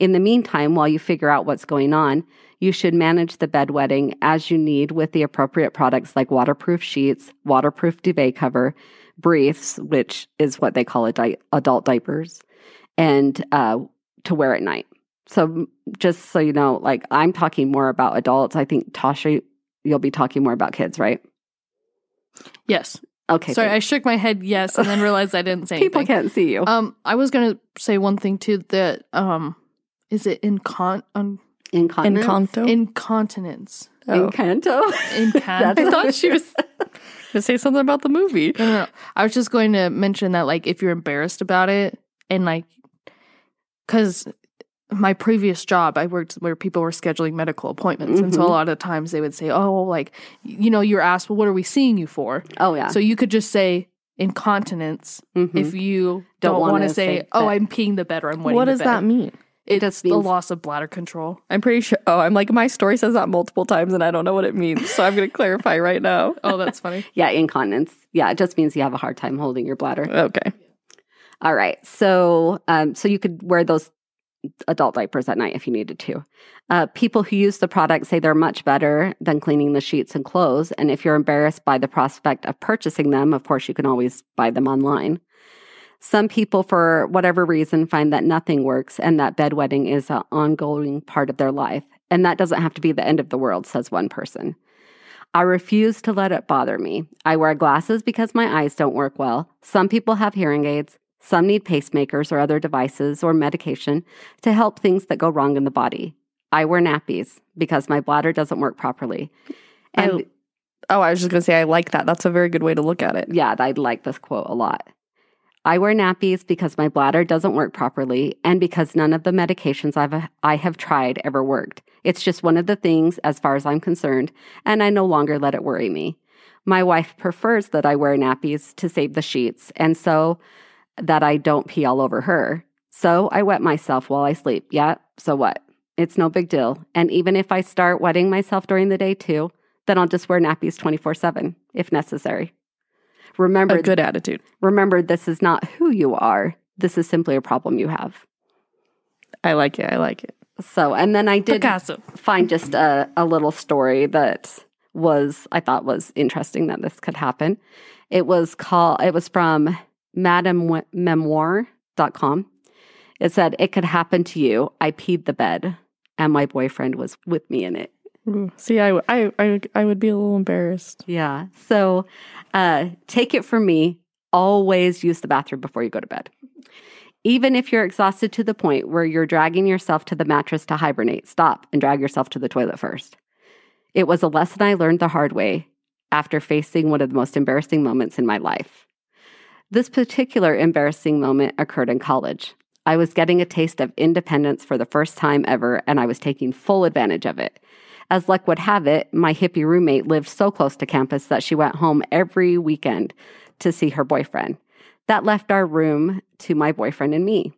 [SPEAKER 1] In the meantime, while you figure out what's going on, you should manage the bedwetting as you need with the appropriate products like waterproof sheets, waterproof duvet cover, briefs, which is what they call a di- adult diapers, and uh, to wear at night. So, m- just so you know, like I'm talking more about adults. I think Tasha, you'll be talking more about kids, right?
[SPEAKER 2] yes.
[SPEAKER 1] Okay.
[SPEAKER 2] Sorry, I
[SPEAKER 1] thanks.
[SPEAKER 2] shook my head yes and then realized I didn't say
[SPEAKER 1] people
[SPEAKER 2] anything.
[SPEAKER 1] can't see you.
[SPEAKER 2] Um, I was gonna say one thing too that um, is it incon un-
[SPEAKER 1] Incontinence.
[SPEAKER 3] Encanto?
[SPEAKER 2] incontinence
[SPEAKER 3] Oh.
[SPEAKER 1] Encanto.
[SPEAKER 2] incan.
[SPEAKER 1] That's-
[SPEAKER 2] I thought she was.
[SPEAKER 3] To say something about the movie.
[SPEAKER 2] No, no, no. I was just going to mention that like if you're embarrassed about it and like because my previous job I worked where people were scheduling medical appointments and so a
[SPEAKER 1] Mhm.
[SPEAKER 2] lot of times they would say oh like you know you're asked well what are we seeing you for
[SPEAKER 1] Oh yeah.
[SPEAKER 2] so you could just say incontinence
[SPEAKER 1] Mhm.
[SPEAKER 2] if you
[SPEAKER 1] Don't
[SPEAKER 2] don't, want
[SPEAKER 1] wanna
[SPEAKER 2] to say,
[SPEAKER 1] say
[SPEAKER 2] oh
[SPEAKER 1] that.
[SPEAKER 2] I'm peeing the bed or I'm wetting
[SPEAKER 3] What
[SPEAKER 2] the
[SPEAKER 3] does
[SPEAKER 2] bed."
[SPEAKER 3] that mean?
[SPEAKER 2] It's
[SPEAKER 1] just
[SPEAKER 2] the
[SPEAKER 1] means-
[SPEAKER 2] loss of bladder control.
[SPEAKER 3] I'm pretty sure. Oh, I'm like, my story says that multiple times and I don't know what it means. So I'm going to clarify right now.
[SPEAKER 2] Oh, that's funny.
[SPEAKER 1] yeah, incontinence. Yeah, it just means you have a hard time holding your bladder.
[SPEAKER 3] Okay.
[SPEAKER 1] All right. So, um, so you could wear those adult diapers at night if you needed to. Uh, people who use the product say they're much better than cleaning the sheets and clothes. And if you're embarrassed by the prospect of purchasing them, of course, you can always buy them online. Some people, for whatever reason, find that nothing works and that bedwetting is an ongoing part of their life. And that doesn't have to be the end of the world, says one person. I refuse to let it bother me. I wear glasses because my eyes don't work well. Some people have hearing aids. Some need pacemakers or other devices or medication to help things that go wrong in the body. I wear nappies because my bladder doesn't work properly. And
[SPEAKER 3] I- Oh, I was just going to say, I like that. That's a very good way to look at it.
[SPEAKER 1] yeah, I like this quote a lot. I wear nappies because my bladder doesn't work properly and because none of the medications I've I have tried ever worked. It's just one of the things as far as I'm concerned, and I no longer let it worry me. My wife prefers that I wear nappies to save the sheets and so that I don't pee all over her. So I wet myself while I sleep. Yeah, so what? It's no big deal. And even if I start wetting myself during the day too, then I'll just wear nappies 24/7 if necessary. Remember
[SPEAKER 3] A good attitude.
[SPEAKER 1] Remember, this is not who you are. This is simply a problem you have.
[SPEAKER 3] I like it. I like it.
[SPEAKER 1] So, and then I did
[SPEAKER 2] Picasso.
[SPEAKER 1] find just a, a little story that was, I thought was interesting that this could happen. It was called, it was from madamememoir.com. It said, It could happen to you. I peed the bed and my boyfriend was with me in it.
[SPEAKER 3] Ooh, See, I, w- I, I, I would be a little embarrassed.
[SPEAKER 1] Yeah. So uh, take it from me always use the bathroom before you go to bed. Even if you're exhausted to the point where you're dragging yourself to the mattress to hibernate, stop and drag yourself to the toilet first. It was a lesson I learned the hard way after facing one of the most embarrassing moments in my life. This particular embarrassing moment occurred in college. I was getting a taste of independence for the first time ever, and I was taking full advantage of it. As luck would have it, my hippie roommate lived so close to campus that she went home every weekend to see her boyfriend. That left our room to my boyfriend and me.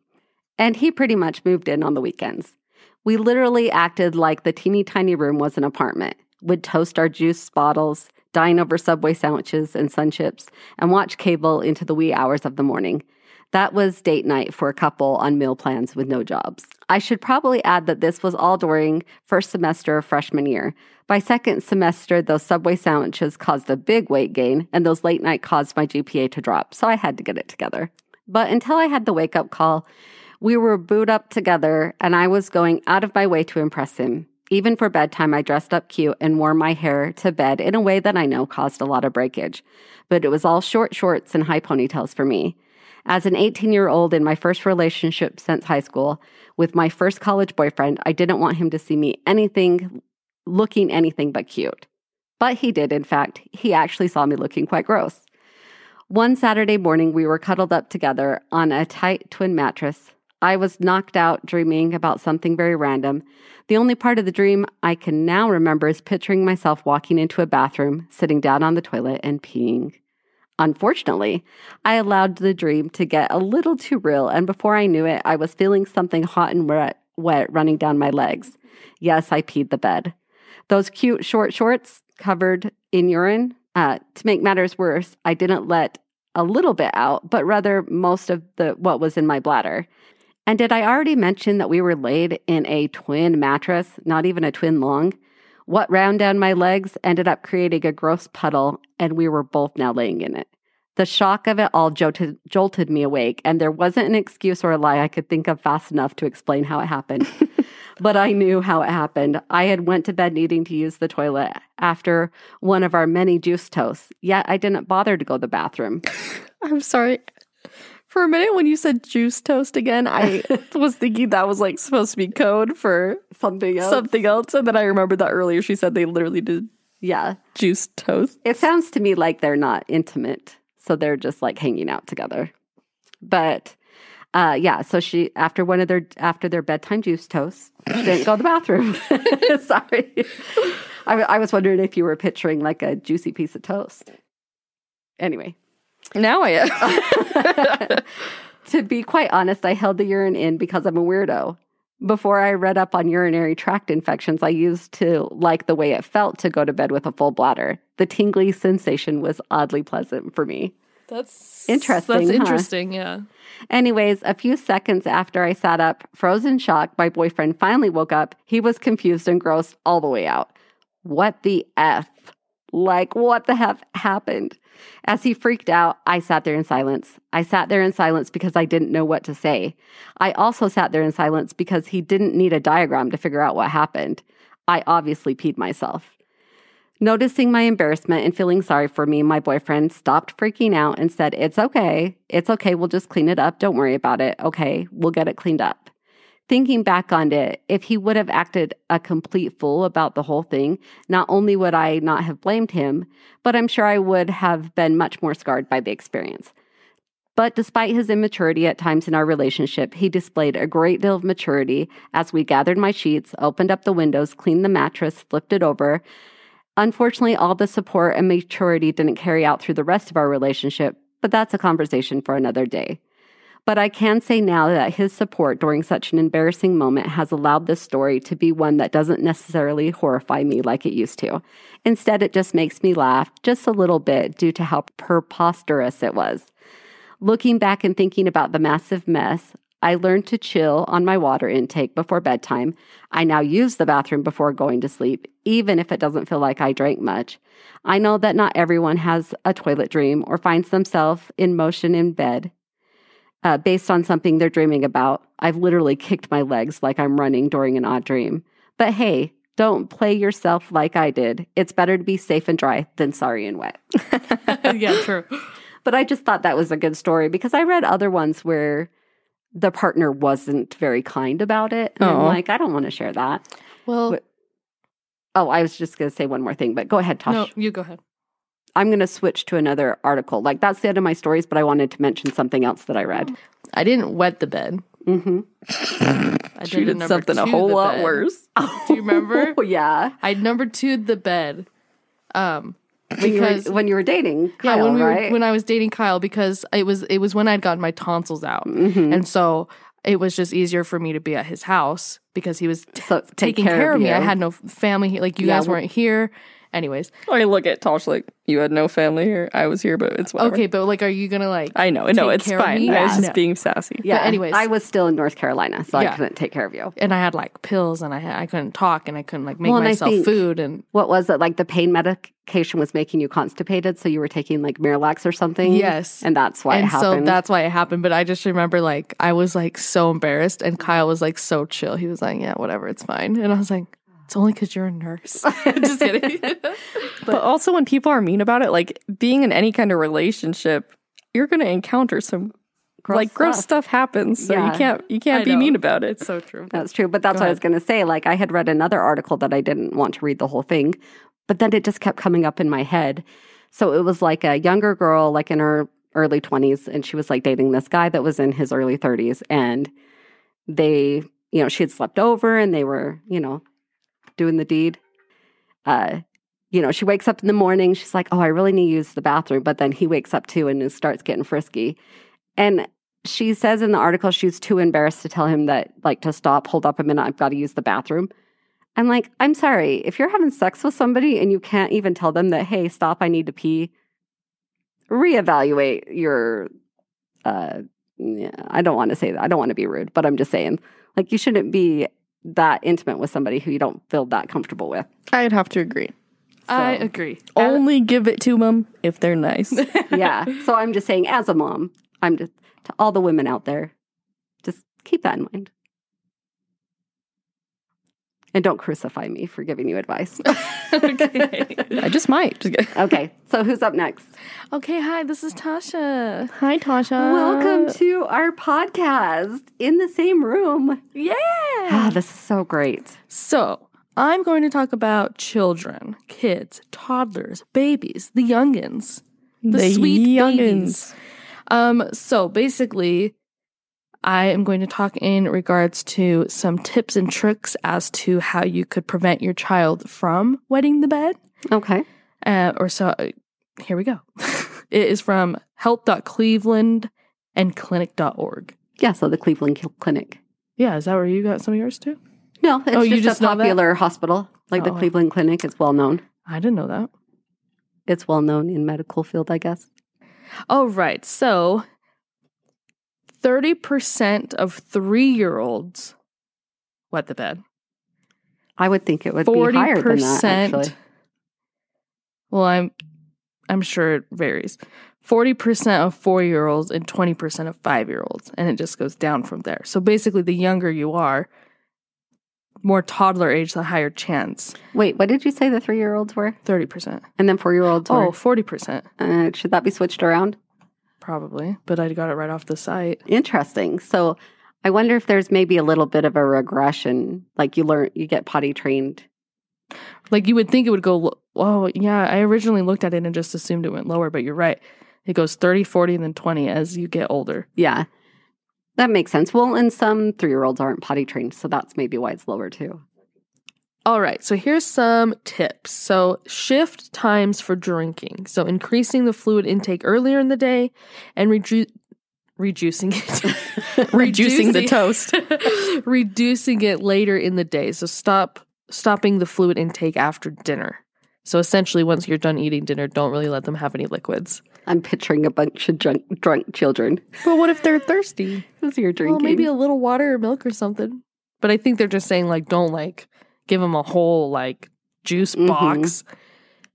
[SPEAKER 1] And he pretty much moved in on the weekends. We literally acted like the teeny tiny room was an apartment. Would toast our juice bottles, dine over Subway sandwiches and sun chips, and watch cable into the wee hours of the morning. That was date night for a couple on meal plans with no jobs. I should probably add that this was all during first semester of freshman year. By second semester, those Subway sandwiches caused a big weight gain, and those late night caused my GPA to drop, so I had to get it together. But until I had the wake up call, we were booed up together, and I was going out of my way to impress him. Even for bedtime, I dressed up cute and wore my hair to bed in a way that I know caused a lot of breakage. But it was all short shorts and high ponytails for me. As an 18 year old in my first relationship since high school with my first college boyfriend, I didn't want him to see me anything looking anything but cute. But he did, in fact, he actually saw me looking quite gross. One Saturday morning, we were cuddled up together on a tight twin mattress. I was knocked out dreaming about something very random. The only part of the dream I can now remember is picturing myself walking into a bathroom, sitting down on the toilet, and peeing. Unfortunately, I allowed the dream to get a little too real, and before I knew it, I was feeling something hot and wet, wet running down my legs. Yes, I peed the bed. Those cute short shorts covered in urine. Uh, to make matters worse, I didn't let a little bit out, but rather most of the what was in my bladder. And did I already mention that we were laid in a twin mattress, not even a twin long? What ran down my legs ended up creating a gross puddle, and we were both now laying in it. The shock of it all jolted, jolted me awake, and there wasn't an excuse or a lie I could think of fast enough to explain how it happened. but I knew how it happened. I had went to bed needing to use the toilet after one of our many juice toasts, yet I didn't bother to go to the bathroom.
[SPEAKER 3] I'm sorry. For a minute, when you said juice toast again, I was thinking that was like supposed to be code for
[SPEAKER 1] Something
[SPEAKER 3] something else. And then I remembered that earlier she said they literally did
[SPEAKER 1] yeah.
[SPEAKER 3] juice toast.
[SPEAKER 1] It sounds to me like they're not intimate. So they're just like hanging out together. But uh, yeah, so she after one of their after their bedtime juice toast, she didn't go to the bathroom. Sorry. I, I was wondering if you were picturing like a juicy piece of toast. Anyway,
[SPEAKER 3] Now I am.
[SPEAKER 1] to be quite honest, I held the urine in because I'm a weirdo. Before I read up on urinary tract infections, I used to like the way it felt to go to bed with a full bladder. The tingly sensation was oddly pleasant for me.
[SPEAKER 2] That's
[SPEAKER 1] Interesting,
[SPEAKER 2] That's
[SPEAKER 1] huh?
[SPEAKER 2] interesting. Yeah.
[SPEAKER 1] Anyways, a few seconds after I sat up, frozen shock, my boyfriend finally woke up. He was confused and grossed all the way out. What the F? Like, what the F happened? As he freaked out, I sat there in silence. I sat there in silence because I didn't know what to say. I also sat there in silence because he didn't need a diagram to figure out what happened. I obviously peed myself. Noticing my embarrassment and feeling sorry for me, my boyfriend stopped freaking out and said, It's okay. It's okay. We'll just clean it up. Don't worry about it. Okay. We'll get it cleaned up. Thinking back on it, if he would have acted a complete fool about the whole thing, not only would I not have blamed him, but I'm sure I would have been much more scarred by the experience. But despite his immaturity at times in our relationship, he displayed a great deal of maturity as we gathered my sheets, opened up the windows, cleaned the mattress, flipped it over. Unfortunately, all the support and maturity didn't carry out through the rest of our relationship, but that's a conversation for another day. But I can say now that his support during such an embarrassing moment has allowed this story to be one that doesn't necessarily horrify me like it used to. Instead, it just makes me laugh just a little bit due to how preposterous it was. Looking back and thinking about the massive mess, I learned to chill on my water intake before bedtime. I now use the bathroom before going to sleep, even if it doesn't feel like I drank much. I know that not everyone has a toilet dream or finds themselves in motion in bed uh, based on something they're dreaming about. I've literally kicked my legs like I'm running during an odd dream. But hey, don't play yourself like I did. It's better to be safe and dry than sorry and wet.
[SPEAKER 2] yeah, true.
[SPEAKER 1] But I just thought that was a good story because I read other ones where the partner wasn't very kind about it. And I'm
[SPEAKER 3] Oh.
[SPEAKER 1] like, I don't want to share that.
[SPEAKER 2] Well,
[SPEAKER 1] Wait, Oh, I was just going to say one more thing, but go ahead, Tosh.
[SPEAKER 2] no, you go ahead.
[SPEAKER 1] I'm going to switch to another article. Like, that's the end of my stories, but I wanted to mention something else that I read.
[SPEAKER 2] I didn't wet the bed.
[SPEAKER 1] Mm-hmm.
[SPEAKER 2] I
[SPEAKER 3] She
[SPEAKER 2] it
[SPEAKER 3] did
[SPEAKER 2] Oh. number
[SPEAKER 3] something a
[SPEAKER 2] two
[SPEAKER 3] whole
[SPEAKER 2] the
[SPEAKER 3] lot
[SPEAKER 2] bed.
[SPEAKER 3] worse.
[SPEAKER 2] Do you remember?
[SPEAKER 1] Oh, yeah.
[SPEAKER 2] I number two'd the bed. Um,
[SPEAKER 1] When you,
[SPEAKER 2] because
[SPEAKER 1] were, when you were dating Kyle,
[SPEAKER 2] yeah, when we
[SPEAKER 1] right?
[SPEAKER 2] were, when I was dating Kyle, because it was it was when I'd gotten my tonsils out,
[SPEAKER 1] Mhm.
[SPEAKER 2] and so it was just easier for me to be at his house because he was t-
[SPEAKER 1] So, take
[SPEAKER 2] taking care,
[SPEAKER 1] care of
[SPEAKER 2] of me. I
[SPEAKER 1] you.
[SPEAKER 2] had no f- family here. Like you
[SPEAKER 1] Yeah,
[SPEAKER 2] guys
[SPEAKER 1] we-
[SPEAKER 2] weren't here. Anyways,
[SPEAKER 3] I look at Tosh like you had no family here. I was here, but it's whatever.
[SPEAKER 2] okay, but like, are you gonna like?
[SPEAKER 3] I know. No,
[SPEAKER 2] Take
[SPEAKER 3] it's
[SPEAKER 2] care of
[SPEAKER 3] fine.
[SPEAKER 2] me?
[SPEAKER 3] I was
[SPEAKER 2] Yeah.
[SPEAKER 3] just
[SPEAKER 2] No.
[SPEAKER 3] being sassy.
[SPEAKER 1] yeah.
[SPEAKER 2] anyways.
[SPEAKER 1] I was still in North Carolina, so I
[SPEAKER 2] Yeah.
[SPEAKER 1] couldn't take care of you.
[SPEAKER 2] and I had like pills, and I had, I couldn't talk, and I couldn't like make
[SPEAKER 1] Well, and I
[SPEAKER 2] myself
[SPEAKER 1] think-
[SPEAKER 2] food, and
[SPEAKER 1] What was it? Like, the pain medication was making you constipated, so you were taking like Miralax or something?
[SPEAKER 2] Yes.
[SPEAKER 1] And that's why it
[SPEAKER 2] and
[SPEAKER 1] happened.
[SPEAKER 2] so that's why it happened. But I just remember like I was like so embarrassed, and Kyle was like so chill. He was like, "Yeah, whatever, it's fine," and I was like. It's only because you're a nurse. Just kidding.
[SPEAKER 3] But, also, when people are mean about it, like being in any kind of relationship, you're going to encounter some like gross stuff happens. So
[SPEAKER 1] Yeah.
[SPEAKER 3] you can't you can't
[SPEAKER 2] I
[SPEAKER 3] be
[SPEAKER 2] know.
[SPEAKER 3] mean about it.
[SPEAKER 2] it's so true.
[SPEAKER 1] That's true. But that's what I was going to say. Like, I had read another article that I didn't want to read the whole thing, but then it just kept coming up in my head. So it was like a younger girl, like in her early 20s, and she was like dating this guy that was in his early 30s. And they, you know, she had slept over and they were, you know, doing the deed. Uh, you know, she wakes up in the morning. She's like, oh, I really need to use the bathroom. But then he wakes up too and is- starts getting frisky. And she says in the article she's too embarrassed to tell him that like to stop hold up a minute i've got to use the bathroom i'm like i'm sorry if you're having sex with somebody and you can't even tell them that hey stop i need to pee reevaluate your uh yeah, i don't want to say that i don't want to be rude but i'm just saying like you shouldn't be that intimate with somebody who you don't feel that comfortable with
[SPEAKER 3] I'd have to agree.
[SPEAKER 2] I agree. Uh,
[SPEAKER 3] Only give it to them if they're nice.
[SPEAKER 1] yeah so i'm just saying as a mom i'm just to all the women out there just keep that in mind and don't crucify me for giving you advice
[SPEAKER 3] I just might. Just kidding.
[SPEAKER 1] okay so who's up next
[SPEAKER 2] Okay, hi, this is Tasha.
[SPEAKER 3] Hi,
[SPEAKER 2] Uh,
[SPEAKER 3] Tasha.
[SPEAKER 1] welcome to our podcast in the same room
[SPEAKER 2] Yeah.
[SPEAKER 1] ah this is so great
[SPEAKER 2] So, I'm going to talk about children, kids, toddlers, babies, the youngins, the,
[SPEAKER 3] The
[SPEAKER 2] sweet
[SPEAKER 3] youngins.
[SPEAKER 2] babies. Um, so basically, I am going to talk in regards to some tips and tricks as to how you could prevent your child from wetting the bed.
[SPEAKER 1] okay
[SPEAKER 2] Uh, or so uh, here we go. it is from help.cleveland and clinic.org.
[SPEAKER 1] yeah so the cleveland Cl- clinic
[SPEAKER 2] Yeah, is that where you got some of yours too?
[SPEAKER 1] no it's
[SPEAKER 2] Oh,
[SPEAKER 1] just,
[SPEAKER 2] you just
[SPEAKER 1] a
[SPEAKER 2] know that?
[SPEAKER 1] popular hospital like the
[SPEAKER 2] Oh.
[SPEAKER 1] cleveland clinic is well known
[SPEAKER 2] I didn't know that.
[SPEAKER 1] it's well known in medical field i guess
[SPEAKER 2] All right. So 30% of three year olds wet the bed.
[SPEAKER 1] i would think it would be higher than that
[SPEAKER 2] 40%.
[SPEAKER 1] actually
[SPEAKER 2] Well, I'm I'm sure it varies. 40% of four year olds and 20% of five year olds. And it just goes down from there. So basically, the younger you are, more toddler age, the higher chance.
[SPEAKER 1] Wait, what did you say the three year olds were?
[SPEAKER 2] 30%.
[SPEAKER 1] And then four year olds
[SPEAKER 2] Oh,
[SPEAKER 1] were?
[SPEAKER 2] 40%.
[SPEAKER 1] Uh, should that be switched around?
[SPEAKER 2] Probably. But I got it right off the site.
[SPEAKER 1] Interesting. So I wonder if there's maybe a little bit of a regression. Like you learn, you get potty trained.
[SPEAKER 2] Like you would think it would go, lo- oh, yeah. I originally looked at it and just assumed it went lower, but you're right. It goes 30, 40, and then 20 as you get older.
[SPEAKER 1] Yeah. That makes sense. Well, and some three year olds aren't potty trained. So that's maybe why it's lower too.
[SPEAKER 2] All right, so here's some tips. So, shift times for drinking. So, increasing the fluid intake earlier in the day and reju- reducing it.
[SPEAKER 3] Reducing the toast.
[SPEAKER 2] reducing it later in the day. So, stop stopping the fluid intake after dinner. So, essentially, once you're done eating dinner, don't really let them have any liquids.
[SPEAKER 1] I'm picturing a bunch of drunk, drunk children
[SPEAKER 3] But what if they're thirsty?
[SPEAKER 1] because you're drinking.
[SPEAKER 2] Well, maybe a little water or milk or something. But I think they're just saying, like, don't like give them a whole, like, juice
[SPEAKER 3] Mm-hmm.
[SPEAKER 1] Mhm.
[SPEAKER 2] box.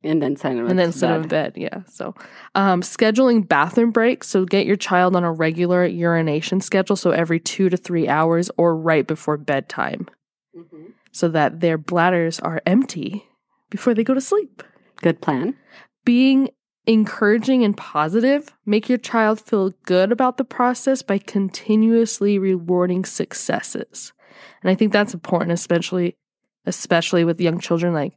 [SPEAKER 1] and then send them
[SPEAKER 2] and then
[SPEAKER 1] to
[SPEAKER 2] sit in
[SPEAKER 1] bed.
[SPEAKER 2] bed. Yeah. So, um, scheduling bathroom breaks. So, get your child on a regular urination schedule. So, every two to three hours or right before bedtime
[SPEAKER 1] Mhm.
[SPEAKER 2] so that their bladders are empty before they go to sleep.
[SPEAKER 1] Good plan.
[SPEAKER 2] Being encouraging and positive, make your child feel good about the process by continuously rewarding successes. And I think that's important, especially especially with young children like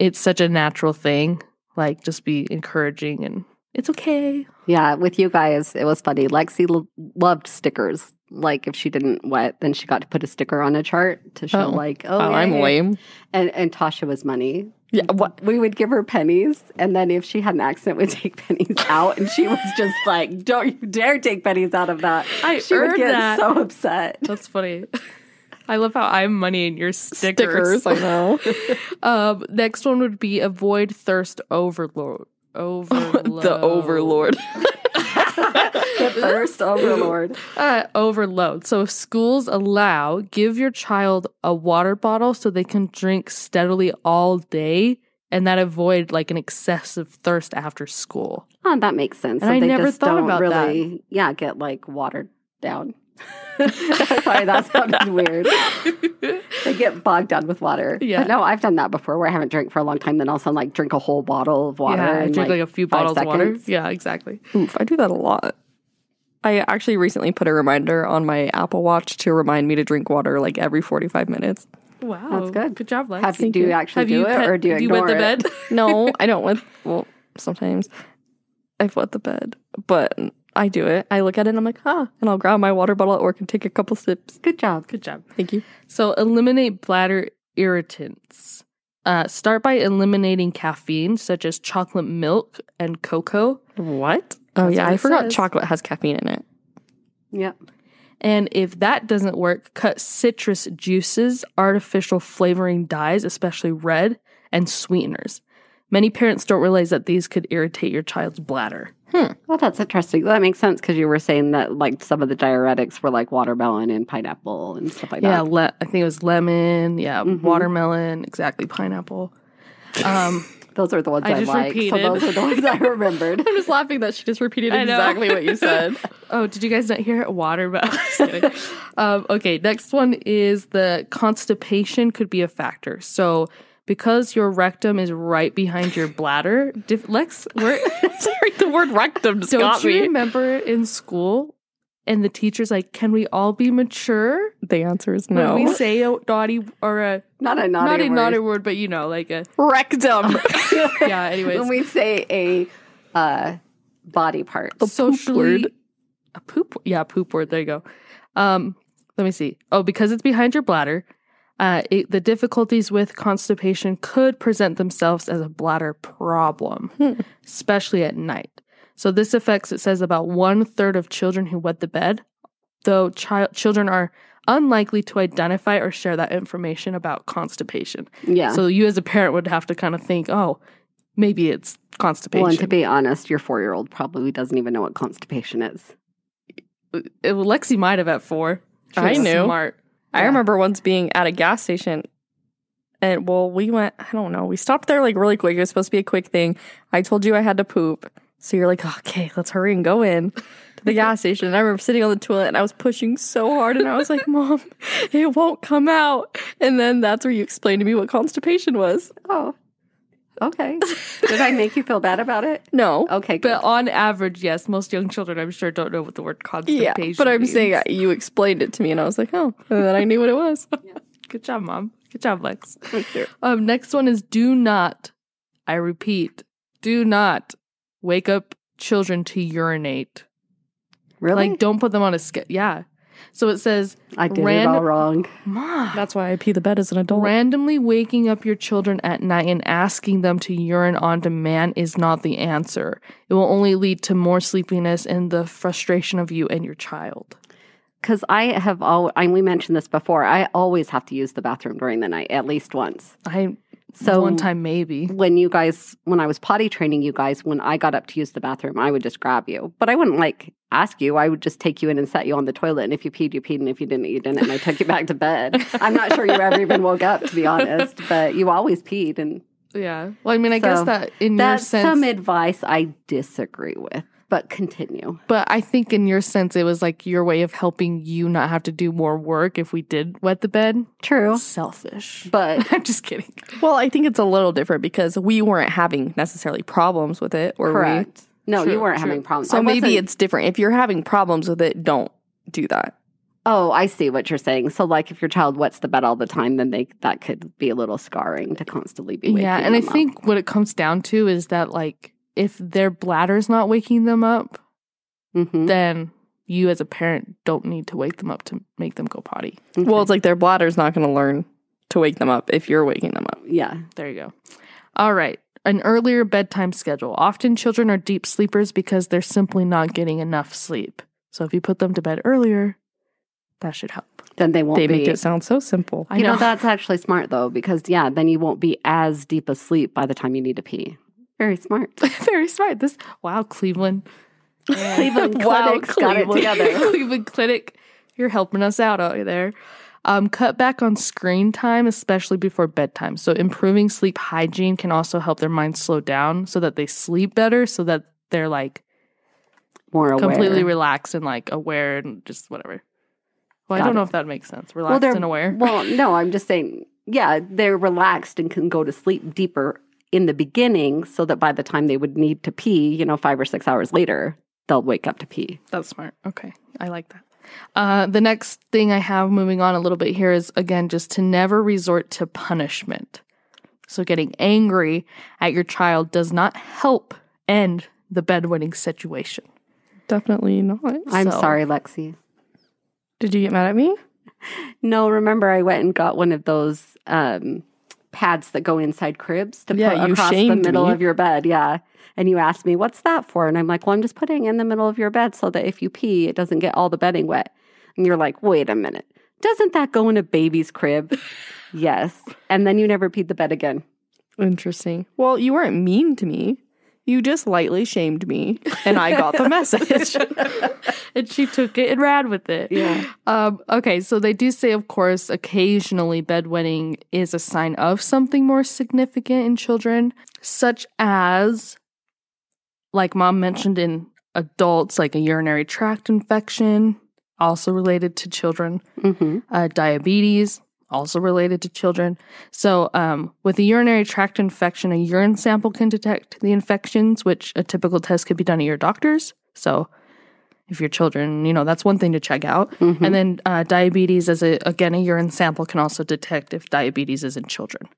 [SPEAKER 2] it's such a natural thing like just be encouraging and it's okay
[SPEAKER 1] Yeah, with you guys, it was funny. Lexi l- loved stickers. Like if she didn't wet, then she got to put a sticker on a chart to show,
[SPEAKER 2] Oh.
[SPEAKER 1] like, oh,
[SPEAKER 3] Oh,
[SPEAKER 1] yeah,
[SPEAKER 3] I'm
[SPEAKER 1] yeah.
[SPEAKER 3] lame.
[SPEAKER 1] And and Tasha was money.
[SPEAKER 3] Yeah, what?
[SPEAKER 1] We would give her pennies, and then if she had an accident, would take pennies out, and she was just like, "Don't you dare take pennies out of that!"
[SPEAKER 2] I
[SPEAKER 1] she would
[SPEAKER 2] earned
[SPEAKER 1] get
[SPEAKER 2] that.
[SPEAKER 1] so upset.
[SPEAKER 2] that's funny i love how i'm money and you're
[SPEAKER 3] Stickers,
[SPEAKER 2] stickers,
[SPEAKER 3] I know.
[SPEAKER 2] um next one would be avoid thirst overload overload
[SPEAKER 3] the overlord.
[SPEAKER 1] The thirst overlord.
[SPEAKER 2] uh, overload so if schools allow give your child a water bottle so they can drink steadily all day and that avoid like an excessive thirst after school
[SPEAKER 1] Oh, that makes sense.
[SPEAKER 2] And
[SPEAKER 1] so
[SPEAKER 2] I
[SPEAKER 1] they
[SPEAKER 2] never
[SPEAKER 1] just
[SPEAKER 2] thought
[SPEAKER 1] don't
[SPEAKER 2] about that.
[SPEAKER 1] really, yeah, get like watered down. Sorry, that sounded weird. They get bogged down with water.
[SPEAKER 2] Yeah.
[SPEAKER 1] But no, I've done that before where I haven't drank for a long time. Then all of a sudden, like, drink a whole bottle of water.
[SPEAKER 2] Yeah, I
[SPEAKER 1] and,
[SPEAKER 2] drink like, a few
[SPEAKER 1] five
[SPEAKER 2] bottles of water.
[SPEAKER 1] seconds.
[SPEAKER 2] Yeah, exactly.
[SPEAKER 3] Oof, I do that a lot. I actually recently put a reminder on my Apple Watch to remind me to drink water like every 45 minutes.
[SPEAKER 2] Wow,
[SPEAKER 1] That's good.
[SPEAKER 2] Good job, Lex.
[SPEAKER 1] Have, do you actually
[SPEAKER 2] Have
[SPEAKER 1] do it
[SPEAKER 2] pet-
[SPEAKER 1] or do you ignore
[SPEAKER 2] wet the
[SPEAKER 1] it?
[SPEAKER 2] bed?
[SPEAKER 3] No, I don't want, well, sometimes I've wet the bed, but I do it. I look at it and I'm like, huh, and I'll grab my water bottle at work and take a couple sips.
[SPEAKER 1] Good job.
[SPEAKER 2] good job.
[SPEAKER 3] Thank you.
[SPEAKER 2] So eliminate bladder irritants. Uh, start by eliminating caffeine, such as chocolate milk and cocoa.
[SPEAKER 3] What? Oh,
[SPEAKER 2] That's
[SPEAKER 3] yeah.
[SPEAKER 2] what
[SPEAKER 3] I
[SPEAKER 2] it
[SPEAKER 3] forgot
[SPEAKER 2] says.
[SPEAKER 3] chocolate has caffeine in it.
[SPEAKER 1] Yep.
[SPEAKER 2] And if that doesn't work, cut citrus juices, artificial flavoring dyes, especially red, and sweeteners. Many parents don't realize that these could irritate your child's bladder.
[SPEAKER 1] Well, Oh, that's interesting. That makes sense because you were saying that, like, some of the diuretics were like watermelon and pineapple and stuff like
[SPEAKER 2] Yeah, Mm-hmm.
[SPEAKER 1] that.
[SPEAKER 2] le- I think it was lemon. Yeah,
[SPEAKER 1] Mhm.
[SPEAKER 2] watermelon. Exactly, pineapple. Um,
[SPEAKER 1] Those are the ones
[SPEAKER 2] I
[SPEAKER 1] I,
[SPEAKER 2] just
[SPEAKER 1] like.
[SPEAKER 2] repeated.
[SPEAKER 1] So those are the ones I remembered.
[SPEAKER 3] I'm just laughing that she just repeated
[SPEAKER 2] I know.
[SPEAKER 3] exactly what you said.
[SPEAKER 2] oh, did you guys not hear it? Watermelon. Just kidding. um, okay, next one is the constipation could be a factor. So because your rectum is right behind your bladder, dif- Lex, we're,
[SPEAKER 3] Sorry, the word rectum just
[SPEAKER 2] don't
[SPEAKER 3] got
[SPEAKER 2] you
[SPEAKER 3] me.
[SPEAKER 2] remember in school? And the teacher's like, "Can we all be mature?"
[SPEAKER 3] The answer is
[SPEAKER 2] When
[SPEAKER 3] no.
[SPEAKER 2] we say a naughty or a
[SPEAKER 1] Not a naughty
[SPEAKER 2] not a
[SPEAKER 1] word.
[SPEAKER 2] naughty word, but you know, like a
[SPEAKER 3] rectum.
[SPEAKER 2] yeah. Anyways,
[SPEAKER 1] when we say a uh, body part.
[SPEAKER 2] socially
[SPEAKER 3] word.
[SPEAKER 2] a poop yeah poop word there you go um let me see oh because it's behind your bladder uh it, the difficulties with constipation could present themselves as a bladder problem
[SPEAKER 1] Hmm.
[SPEAKER 2] especially at night so this affects it says about one third of children who wet the bed though child children are unlikely to identify or share that information about constipation
[SPEAKER 1] Yeah.
[SPEAKER 2] so you as a parent would have to kind of think oh maybe it's constipation
[SPEAKER 1] well, and to be honest, your four year old probably doesn't even know what constipation is.
[SPEAKER 2] it, Uh, well, Lexi might have at four. She
[SPEAKER 3] I
[SPEAKER 2] was
[SPEAKER 3] knew.
[SPEAKER 2] Smart.
[SPEAKER 3] I
[SPEAKER 2] Yeah.
[SPEAKER 3] remember once being at a gas station and well, we went, I don't know, we stopped there like really quick. It was supposed to be a quick thing. I told you I had to poop. So you're like, okay, let's hurry and go in. to the gas station. And I remember sitting on the toilet and I was pushing so hard and I was like, Mom, it won't come out. And then that's where you explained to me what constipation was.
[SPEAKER 1] Oh, okay. Did I make you feel bad about it?
[SPEAKER 3] No.
[SPEAKER 1] Okay, good.
[SPEAKER 2] But on average, yes, most young children, I'm sure, don't know what the word
[SPEAKER 3] Yeah.
[SPEAKER 2] constipation
[SPEAKER 3] But I'm
[SPEAKER 2] means.
[SPEAKER 3] saying uh, you explained it to me and I was like, Oh, and then I knew what it was.
[SPEAKER 2] Good job, mom. Good job, Lex.
[SPEAKER 3] Thank you.
[SPEAKER 2] Um, next one is do not, I repeat, do not wake up children to urinate.
[SPEAKER 1] really?
[SPEAKER 2] Like, don't put them on a skip. Yeah. So it says
[SPEAKER 1] I did it
[SPEAKER 2] ran-
[SPEAKER 1] all wrong.
[SPEAKER 2] Mom.
[SPEAKER 3] That's why I pee the bed as an adult.
[SPEAKER 2] Randomly waking up your children at night and asking them to urine on demand is not the answer. It will only lead to more sleepiness and the frustration of you and your child.
[SPEAKER 1] Because I have all, and we mentioned this before, I always have to use the bathroom during the night at least once.
[SPEAKER 2] I
[SPEAKER 1] So
[SPEAKER 2] one time maybe.
[SPEAKER 1] when you guys, when I was potty training you guys, when I got up to use the bathroom, I would just grab you. But I wouldn't like ask you. I would just take you in and set you on the toilet. And if you peed, you peed. And if you didn't, you didn't. And I took you back to bed. I'm not sure you ever even woke up, to be honest, but you always peed. And
[SPEAKER 2] Yeah. Well, I mean, I guess
[SPEAKER 1] So,
[SPEAKER 2] that in your
[SPEAKER 1] that's
[SPEAKER 2] sense,
[SPEAKER 1] some advice I disagree with, but continue.
[SPEAKER 2] but I think in your sense, it was like your way of helping you not have to do more work if we did wet the bed.
[SPEAKER 1] True.
[SPEAKER 2] Selfish.
[SPEAKER 1] But
[SPEAKER 2] I'm just kidding.
[SPEAKER 3] Well, I think it's a little different because we weren't having necessarily problems with it, were we?
[SPEAKER 1] correct. No,
[SPEAKER 2] True,
[SPEAKER 1] you weren't
[SPEAKER 2] true.
[SPEAKER 1] having problems.
[SPEAKER 3] So
[SPEAKER 1] I
[SPEAKER 3] maybe
[SPEAKER 1] wasn't-
[SPEAKER 3] it's different. If you're having problems with it, don't do that.
[SPEAKER 1] Oh, I see what you're saying. So, like, if your child wets the bed all the time, then they that could be a little scarring to constantly be waking.
[SPEAKER 2] Yeah, and I
[SPEAKER 1] them up.
[SPEAKER 2] think what it comes down to is that like if their bladder's not waking them up,
[SPEAKER 1] Mhm.
[SPEAKER 2] then you as a parent don't need to wake them up to make them go potty.
[SPEAKER 1] Okay.
[SPEAKER 3] Well, it's like their bladder's not going to learn to wake them up if you're waking them up.
[SPEAKER 1] yeah,
[SPEAKER 2] There you go. All right. An earlier bedtime schedule. Often children are deep sleepers because they're simply not getting enough sleep. So if you put them to bed earlier, that should help.
[SPEAKER 1] then they won't
[SPEAKER 3] They
[SPEAKER 1] be.
[SPEAKER 3] make it sound so simple.
[SPEAKER 2] I
[SPEAKER 1] you know.
[SPEAKER 2] know.
[SPEAKER 1] that's actually smart though, because yeah, then you won't be as deep asleep by the time you need to pee. Very smart.
[SPEAKER 2] Very smart. This wow, Cleveland.
[SPEAKER 1] Cleveland Clinic's got it together.
[SPEAKER 2] Cleveland Clinic, you're helping us out out there. Um, cut back on screen time, especially before bedtime. So, improving sleep hygiene can also help their mind slow down so that they sleep better, so that they're like
[SPEAKER 1] More aware.
[SPEAKER 2] completely relaxed and like aware and just whatever. Well, I
[SPEAKER 1] Got
[SPEAKER 2] don't know
[SPEAKER 1] it.
[SPEAKER 2] if that makes sense.
[SPEAKER 1] well,
[SPEAKER 2] Relaxed
[SPEAKER 1] they're
[SPEAKER 2] and aware.
[SPEAKER 1] well, no, I'm just saying. Yeah, they're relaxed and can go to sleep deeper in the beginning, so that by the time they would need to pee, you know, five or six hours later, they'll wake up to pee.
[SPEAKER 2] That's smart. Okay. I like that. Uh, the next thing I have moving on a little bit here is again just to never resort to punishment. So getting angry at your child does not help end the bedwetting situation.
[SPEAKER 3] Definitely not.
[SPEAKER 1] I'm
[SPEAKER 2] So-
[SPEAKER 1] sorry, Lexi.
[SPEAKER 3] Did you get mad at me?
[SPEAKER 1] No, remember I went and got one of those um, pads that go inside cribs to
[SPEAKER 3] Yeah,
[SPEAKER 1] put
[SPEAKER 3] you
[SPEAKER 1] across the
[SPEAKER 3] shamed
[SPEAKER 1] middle
[SPEAKER 3] me.
[SPEAKER 1] of your bed. Yeah. And you asked me, what's that for? And I'm like, well, I'm just putting it in the middle of your bed so that if you pee, it doesn't get all the bedding wet. And you're like, wait a minute. Doesn't that go in a baby's crib? yes. And then you never peed the bed again.
[SPEAKER 3] Interesting. Well, you weren't mean to me. You just lightly shamed me, and I got the message.
[SPEAKER 2] and she took it and ran with it.
[SPEAKER 1] Yeah.
[SPEAKER 2] Um, okay, so they do say, of course, occasionally bedwetting is a sign of something more significant in children, such as, like mom mentioned in adults, like a urinary tract infection, also related to children,
[SPEAKER 1] hmm
[SPEAKER 2] uh, diabetes, also related to children. So, um, with a urinary tract infection, a urine sample can detect the infections, which a typical test could be done at your doctor's. So, if your children, you know, that's one thing to check out. And then uh, diabetes, as a, again, a urine sample can also detect if diabetes is in children.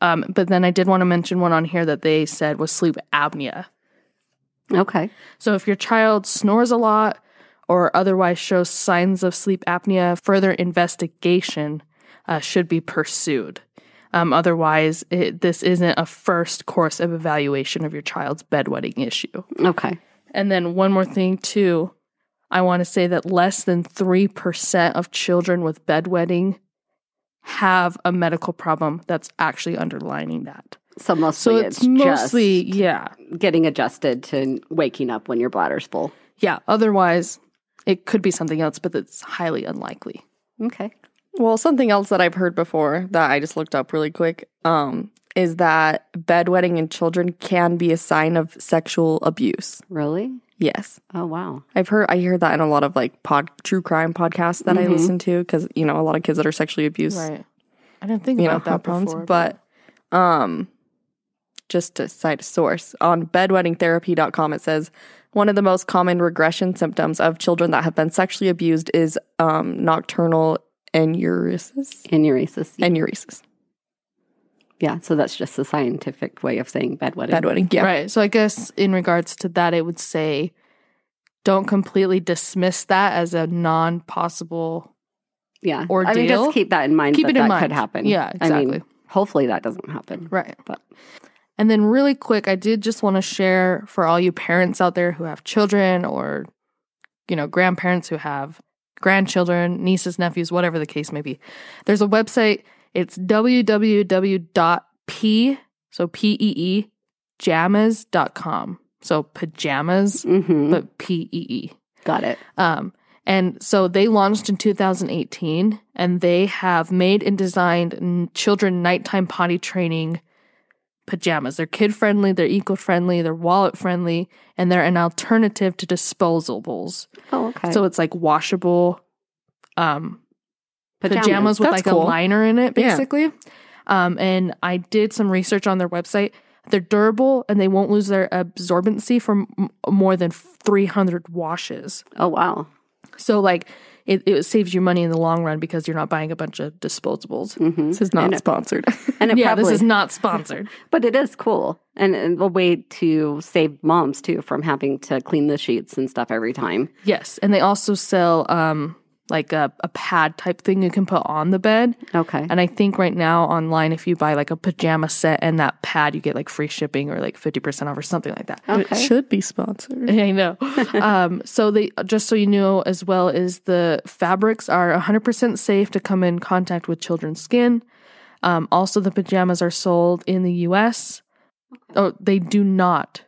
[SPEAKER 2] Um, but then I did want to mention one on here that they said was sleep apnea.
[SPEAKER 1] Okay.
[SPEAKER 2] So if your child snores a lot or otherwise shows signs of sleep apnea, further investigation uh, should be pursued. Um, otherwise, it, this isn't a first course of evaluation of your child's bedwetting issue.
[SPEAKER 1] Okay.
[SPEAKER 2] And then one more thing too, I want to say that less than 3% of children with bedwetting have a medical problem that's actually underlining that.
[SPEAKER 1] So mostly
[SPEAKER 2] So
[SPEAKER 1] it's,
[SPEAKER 2] it's mostly yeah.
[SPEAKER 1] just getting adjusted to waking up when your bladder's full.
[SPEAKER 2] Yeah, otherwise it could be something else, but it's highly unlikely.
[SPEAKER 1] Okay.
[SPEAKER 3] well, something else that I've heard before that I just looked up really quick um, is that bedwetting in children can be a sign of sexual abuse.
[SPEAKER 1] Really?
[SPEAKER 3] Yes.
[SPEAKER 1] Oh, wow.
[SPEAKER 3] I've heard I hear that in a lot of like pod true crime podcasts that I listen to cuz you know a lot of kids that are sexually abused
[SPEAKER 2] Mm-hmm. Right. I didn't think
[SPEAKER 3] you know
[SPEAKER 2] about that
[SPEAKER 3] happens,
[SPEAKER 2] before.
[SPEAKER 3] but um just to cite a source on bedwettingtherapy.com it says one of the most common regression symptoms of children that have been sexually abused is um, nocturnal enuresis
[SPEAKER 1] And Enuresis.
[SPEAKER 3] enuresis
[SPEAKER 1] yeah. So that's just the scientific way of saying bedwetting.
[SPEAKER 3] bedwetting yeah
[SPEAKER 2] Right. So I guess in regards to that, it would say don't completely dismiss that as a non possible.
[SPEAKER 1] yeah.
[SPEAKER 2] Or
[SPEAKER 1] I mean,
[SPEAKER 2] deal.
[SPEAKER 1] just keep that in mind
[SPEAKER 2] Keep
[SPEAKER 1] that
[SPEAKER 2] it in
[SPEAKER 1] that
[SPEAKER 2] mind.
[SPEAKER 1] could happen.
[SPEAKER 2] Yeah,
[SPEAKER 1] I mean,
[SPEAKER 2] exactly.
[SPEAKER 1] hopefully that doesn't happen.
[SPEAKER 2] Right.
[SPEAKER 1] But
[SPEAKER 2] And then, really quick, I did just want to share for all you parents out there who have children or, you know, grandparents who have grandchildren, nieces, nephews, whatever the case may be. There's a website. It's www.p, so P E E, jammas.com. So pajamas,
[SPEAKER 1] hmm
[SPEAKER 2] but P E E.
[SPEAKER 1] got it.
[SPEAKER 2] Um, and so they launched in 2018 and they have made and designed n- children nighttime potty training pajamas. They're kid friendly, they're eco friendly, they're wallet friendly, and they're an alternative to disposables.
[SPEAKER 1] Oh, okay.
[SPEAKER 2] So it's like washable um, pajamas, with
[SPEAKER 3] That's
[SPEAKER 2] like
[SPEAKER 3] cool.
[SPEAKER 2] a liner in it,
[SPEAKER 3] Yeah.
[SPEAKER 2] basically. Um, and I did some research on their website. They're durable and they won't lose their absorbency for m- more than 300 washes.
[SPEAKER 1] Oh, wow.
[SPEAKER 2] So like it, it saves you money in the long run because you're not buying a bunch of disposables.
[SPEAKER 1] hmm
[SPEAKER 3] this is not
[SPEAKER 2] Mm-hmm.
[SPEAKER 1] And it-
[SPEAKER 3] sponsored
[SPEAKER 1] And it
[SPEAKER 2] yeah,
[SPEAKER 1] probably,
[SPEAKER 2] this is not sponsored.
[SPEAKER 1] but it is cool and, and a way to save moms too from having to clean the sheets and stuff every time.
[SPEAKER 2] yes, and they also sell um like a, a pad type thing you can put on the bed.
[SPEAKER 1] Okay.
[SPEAKER 2] And I think right now online, if you buy like a pajama set and that pad, you get like free shipping or like fifty percent off or something like that.
[SPEAKER 1] Okay.
[SPEAKER 3] should be sponsored
[SPEAKER 2] I know. um, so they just so you know as well is the fabrics are 100% safe to come in contact with children's skin. Um, also, the pajamas are sold in the U.S. Oh, they do not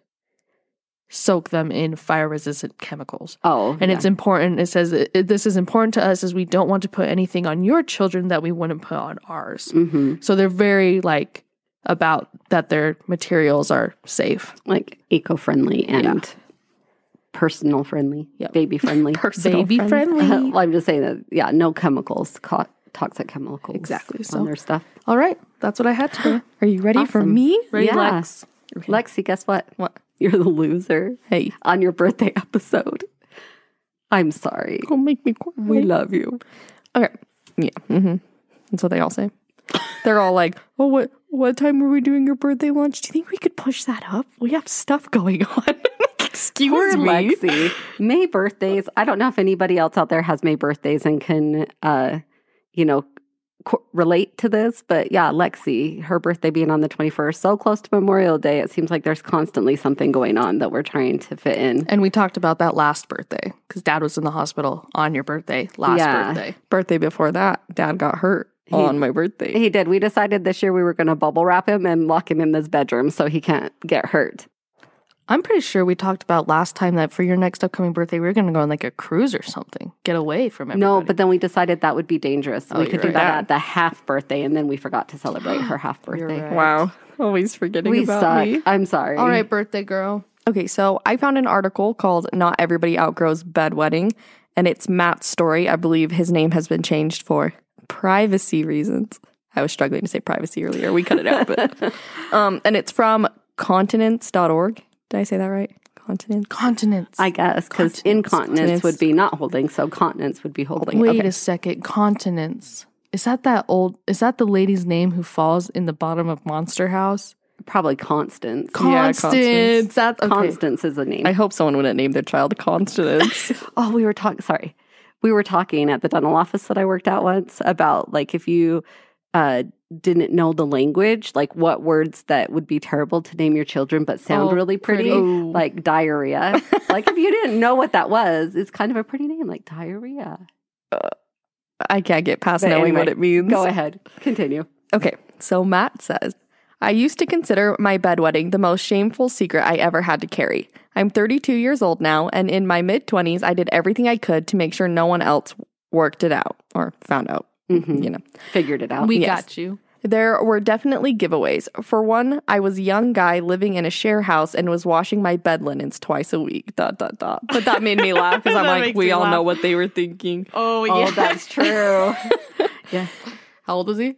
[SPEAKER 2] soak them in fire-resistant chemicals.
[SPEAKER 1] Oh,
[SPEAKER 2] And
[SPEAKER 1] yeah.
[SPEAKER 2] it's important. It says it, it- this is important to us, as we don't want to put anything on your children that we wouldn't put on ours.
[SPEAKER 1] Mhm.
[SPEAKER 2] So they're very like about that their materials are safe.
[SPEAKER 1] like eco friendly and personal friendly,
[SPEAKER 2] Yep.
[SPEAKER 1] baby friendly.
[SPEAKER 3] Personal
[SPEAKER 2] Baby
[SPEAKER 3] friend.
[SPEAKER 2] friendly.
[SPEAKER 1] well, I'm just saying that, yeah, no chemicals, co- toxic chemicals.
[SPEAKER 2] Exactly,
[SPEAKER 1] On
[SPEAKER 2] so-
[SPEAKER 1] their stuff.
[SPEAKER 2] All right, that's what I had today.
[SPEAKER 3] are you ready for
[SPEAKER 1] Awesome.
[SPEAKER 3] me
[SPEAKER 2] Ready,
[SPEAKER 1] Yeah.
[SPEAKER 2] Lex?
[SPEAKER 1] Lexi, guess what?
[SPEAKER 3] What?
[SPEAKER 1] You're the loser
[SPEAKER 3] hey
[SPEAKER 1] on your birthday episode. I'm sorry.
[SPEAKER 3] don't make me cry
[SPEAKER 1] We love you.
[SPEAKER 3] Okay. Yeah. Mm-hmm. That's what they all say. They're all like, "Oh, what what time were we doing your birthday lunch? Do you think we could push that up? We have stuff going on."
[SPEAKER 1] Poor
[SPEAKER 3] Excuse me.
[SPEAKER 1] Lexi. May birthdays. I don't know if anybody else out there has May birthdays and can, uh, you know, co- relate to this. But yeah, Lexi, her birthday being on the 21st, so close to Memorial Day, it seems like there's constantly something going on that we're trying to fit in.
[SPEAKER 2] And we talked about that last birthday because dad was in the hospital on your birthday, last
[SPEAKER 1] Yeah.
[SPEAKER 2] birthday.
[SPEAKER 3] Birthday before that, Dad got hurt on my birthday.
[SPEAKER 1] He did. We decided this year we were going to bubble wrap him and lock him in this bedroom so he can't get hurt.
[SPEAKER 2] I'm pretty sure we talked about last time that for your next upcoming birthday, we were going to go on like a cruise or something, get away from everybody. Oh,
[SPEAKER 1] No, but then we decided that would be dangerous. we
[SPEAKER 2] you're
[SPEAKER 1] could do
[SPEAKER 2] right.
[SPEAKER 1] that at the half birthday, and then we forgot to celebrate her half birthday.
[SPEAKER 2] right.
[SPEAKER 3] Wow, always forgetting
[SPEAKER 1] We
[SPEAKER 3] about
[SPEAKER 1] suck.
[SPEAKER 3] me.
[SPEAKER 1] I'm sorry.
[SPEAKER 2] all right, birthday girl.
[SPEAKER 3] Okay, so I found an article called "Not Everybody Outgrows Bedwetting," and it's Matt's story. I believe his name has been changed for privacy reasons. I was struggling to say privacy earlier. We cut it out, but um, and it's from continents.org. Did I say that right? Continent.
[SPEAKER 2] Continents.
[SPEAKER 1] I guess because incontinence would be not holding, so continence would be holding.
[SPEAKER 2] Wait a second. Continents. Is that that old? Is that the lady's name who falls in the bottom of Monster House?
[SPEAKER 1] Probably Constance.
[SPEAKER 3] Constance.
[SPEAKER 2] Constance. That's okay.
[SPEAKER 1] Constance is a name.
[SPEAKER 3] I hope someone wouldn't name their child Constance.
[SPEAKER 1] oh, we were talking. Sorry, we were talking at the dental office that I worked at once about like if you uh, didn't know the language, like what words that would be terrible to name your children but sound
[SPEAKER 2] Oh,
[SPEAKER 1] really pretty,
[SPEAKER 2] pretty. Ooh.
[SPEAKER 1] like diarrhea. like if you didn't know what that was, it's kind of a pretty name, like diarrhea.
[SPEAKER 3] I can't get past
[SPEAKER 1] But
[SPEAKER 3] knowing
[SPEAKER 1] anyway,
[SPEAKER 3] what it means.
[SPEAKER 1] Go ahead, continue.
[SPEAKER 3] Okay, so Matt says, I used to consider my bedwetting the most shameful secret I ever had to carry. I'm 32 years old now, and in my mid 20s, I did everything I could to make sure no one else worked it out or found out,
[SPEAKER 1] hmm
[SPEAKER 3] you know.
[SPEAKER 1] Figured it out.
[SPEAKER 2] We
[SPEAKER 3] Yes.
[SPEAKER 2] got you.
[SPEAKER 3] There were definitely giveaways. For one, I was a young guy living in a share house and was washing my bed linens twice a week. Dot dot dot. But that made me laugh because I'm
[SPEAKER 2] That
[SPEAKER 3] like,
[SPEAKER 2] makes
[SPEAKER 3] we
[SPEAKER 2] me
[SPEAKER 3] all know
[SPEAKER 2] laugh.
[SPEAKER 3] what they were thinking.
[SPEAKER 2] Oh,
[SPEAKER 1] Oh, that's true.
[SPEAKER 2] How old was he?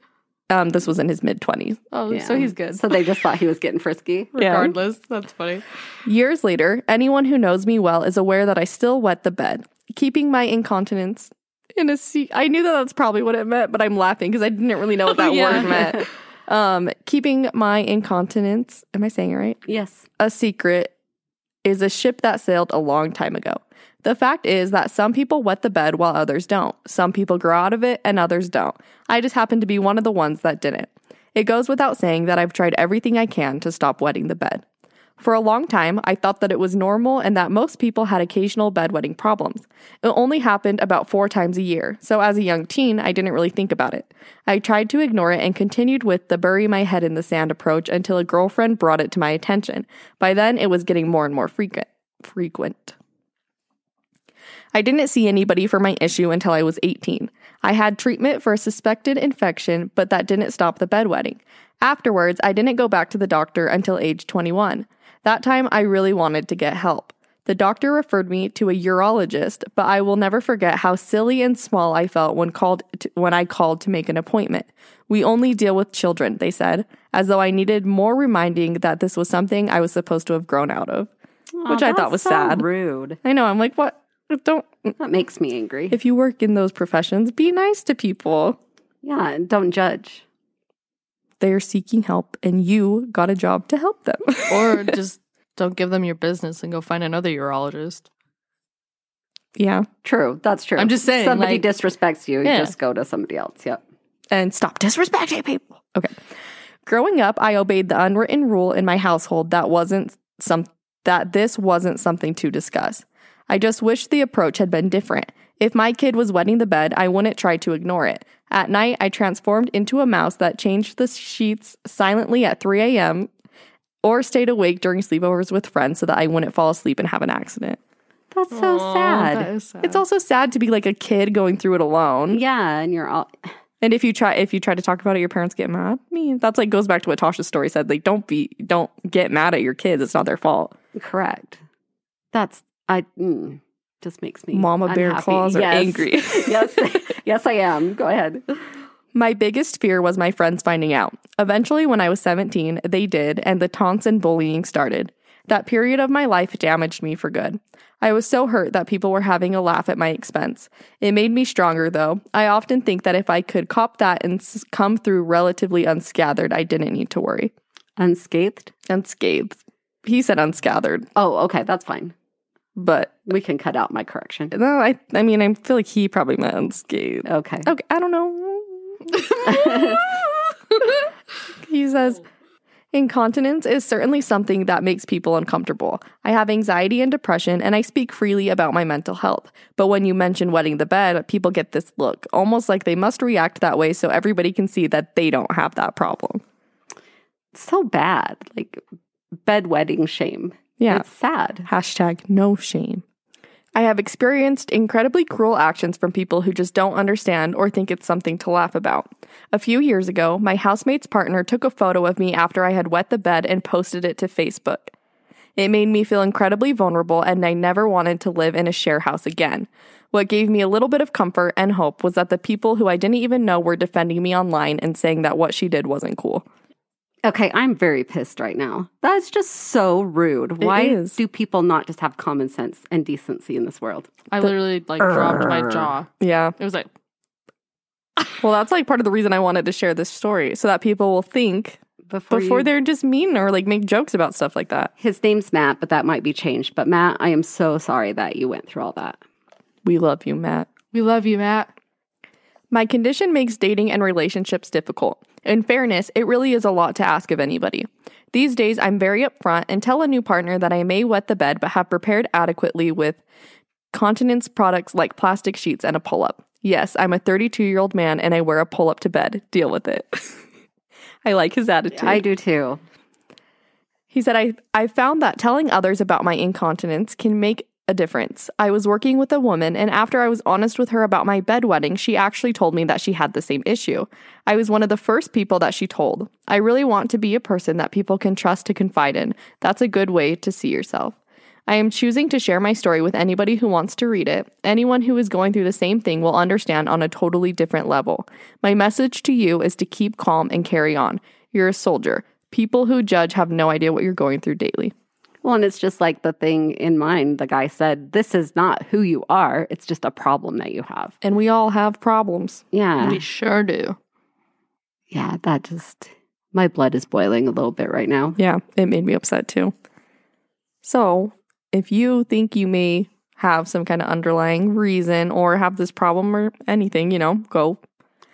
[SPEAKER 3] Um, this was in his mid twenties.
[SPEAKER 2] Oh,
[SPEAKER 1] Yeah.
[SPEAKER 2] so he's good.
[SPEAKER 1] so they just thought he was getting frisky.
[SPEAKER 3] Yeah.
[SPEAKER 2] Regardless, that's funny.
[SPEAKER 3] Years later, anyone who knows me well is aware that I still wet the bed, keeping my incontinence in a seat. I knew that that's probably what it meant, but I'm laughing because I didn't really know what that
[SPEAKER 2] yeah.
[SPEAKER 3] word meant. Um, keeping my incontinence. Am I saying it right?
[SPEAKER 1] Yes.
[SPEAKER 3] a secret is a ship that sailed a long time ago. The fact is that some people wet the bed while others don't. Some people grow out of it and others don't. I just happen to be one of the ones that didn't. It goes without saying that I've tried everything I can to stop wetting the bed. For a long time, I thought that it was normal and that most people had occasional bedwetting problems. It only happened about four times a year, so as a young teen, I didn't really think about it. I tried to ignore it and continued with the bury my head in the sand approach until a girlfriend brought it to my attention. By then, it was getting more and more frequent. Frequent. I didn't see anybody for my issue until I was 18. I had treatment for a suspected infection, but that didn't stop the bedwetting. Afterwards, I didn't go back to the doctor until age 21. That time, I really wanted to get help. The doctor referred me to a urologist, but I will never forget how silly and small I felt when called to, when I called to make an appointment. We only deal with children, they said, as though I needed more reminding that this was something I was supposed to have grown out of. Which
[SPEAKER 1] Aw,
[SPEAKER 3] I thought
[SPEAKER 1] that's
[SPEAKER 3] was
[SPEAKER 1] so
[SPEAKER 3] sad.
[SPEAKER 1] Rude.
[SPEAKER 3] I know, I'm like, what? Don't
[SPEAKER 1] That makes me angry.
[SPEAKER 3] if you work in those professions, be nice to people.
[SPEAKER 1] Yeah, and don't judge.
[SPEAKER 3] They are seeking help, and you got a job to help them.
[SPEAKER 2] Or just don't give them your business and go find another urologist.
[SPEAKER 3] yeah,
[SPEAKER 1] True. That's true.
[SPEAKER 2] I'm just saying,
[SPEAKER 1] Somebody
[SPEAKER 2] like-
[SPEAKER 1] disrespects you,
[SPEAKER 2] Yeah.
[SPEAKER 1] you just go to somebody else. Yep.
[SPEAKER 3] and stop disrespecting people. Okay. Growing up, I obeyed the unwritten rule in my household that wasn't some that this wasn't something to discuss. I just wish the approach had been different. If my kid was wetting the bed, I wouldn't try to ignore it. At night, I transformed into a mouse that changed the sheets silently at 3 a.m. or stayed awake during sleepovers with friends so that I wouldn't fall asleep and have an accident.
[SPEAKER 1] That's so sad.
[SPEAKER 2] That is sad.
[SPEAKER 3] It's also sad to be like a kid going through it alone.
[SPEAKER 1] yeah, and you're all
[SPEAKER 3] And if you try if you try to talk about it, your parents get mad. I mean, that's like goes back to what Tasha's story said. Like, don't be don't get mad at your kids. It's not their fault.
[SPEAKER 1] correct. That's I mm, just makes me
[SPEAKER 3] Mama bear
[SPEAKER 1] unhappy.
[SPEAKER 3] claws are
[SPEAKER 1] Yes.
[SPEAKER 3] angry.
[SPEAKER 1] yes, yes, I am. Go ahead.
[SPEAKER 3] My biggest fear was my friends finding out. Eventually, when I was 17, they did, and the taunts and bullying started. That period of my life damaged me for good. I was so hurt that people were having a laugh at my expense. It made me stronger, though. I often think that if I could cop that and s- come through relatively unscathed, I didn't need to worry.
[SPEAKER 1] Unscathed.
[SPEAKER 3] Unscathed. He said unscathed,
[SPEAKER 1] Oh, okay, that's fine.
[SPEAKER 3] but
[SPEAKER 1] We can cut out my correction.
[SPEAKER 3] no, I, I mean, I feel like he probably meant unscathed.
[SPEAKER 1] Okay.
[SPEAKER 3] Okay, I don't know. he says, Incontinence is certainly something that makes people uncomfortable. I have anxiety and depression, and I speak freely about my mental health. But when you mention wetting the bed, people get this look, almost like they must react that way so everybody can see that they don't have that problem.
[SPEAKER 1] so bad. Like bedwetting shame.
[SPEAKER 3] Yeah.
[SPEAKER 1] It's sad.
[SPEAKER 3] Hashtag no shame. I have experienced incredibly cruel actions from people who just don't understand or think it's something to laugh about. A few years ago, my housemate's partner took a photo of me after I had wet the bed and posted it to Facebook. It made me feel incredibly vulnerable, and I never wanted to live in a share house again. What gave me a little bit of comfort and hope was that the people who I didn't even know were defending me online and saying that what she did wasn't cool.
[SPEAKER 1] Okay, I'm very pissed right now. That's just so rude. Why
[SPEAKER 3] is.
[SPEAKER 1] do people not just have common sense and decency in this world?
[SPEAKER 2] I literally like dropped my jaw.
[SPEAKER 3] Yeah.
[SPEAKER 2] It was like,
[SPEAKER 3] Well, that's like part of the reason I wanted to share this story so that people will think
[SPEAKER 1] Before,
[SPEAKER 3] before
[SPEAKER 1] you-
[SPEAKER 3] they're just mean or like make jokes about stuff like that.
[SPEAKER 1] his name's Matt, but that might be changed. But Matt, I am so sorry that you went through all that.
[SPEAKER 3] We love you, Matt.
[SPEAKER 2] we love you, Matt.
[SPEAKER 3] My condition makes dating and relationships difficult. In fairness, it really is a lot to ask of anybody. These days, I'm very upfront and tell a new partner that I may wet the bed, but have prepared adequately with continence products like plastic sheets and a pull up. Yes, I'm a 32 year old man and I wear a pull up to bed. Deal with it. I like his attitude.
[SPEAKER 1] I do too.
[SPEAKER 3] He said, I, I found that telling others about my incontinence can make a difference. I was working with a woman, and after I was honest with her about my bedwetting, she actually told me that she had the same issue. I was one of the first people that she told. I really want to be a person that people can trust to confide in. That's a good way to see yourself. I am choosing to share my story with anybody who wants to read it. Anyone who is going through the same thing will understand on a totally different level. My message to you is to keep calm and carry on. You're a soldier. People who judge have no idea what you're going through daily.
[SPEAKER 1] Well, and it's just like the thing in mind. The guy said, "This is not who you are. It's just a problem that you have."
[SPEAKER 3] And we all have problems.
[SPEAKER 1] Yeah,
[SPEAKER 2] We sure do.
[SPEAKER 1] yeah. That just my blood is boiling a little bit right now.
[SPEAKER 3] Yeah, it made me upset too. So, if you think you may have some kind of underlying reason or have this problem or anything, you know, go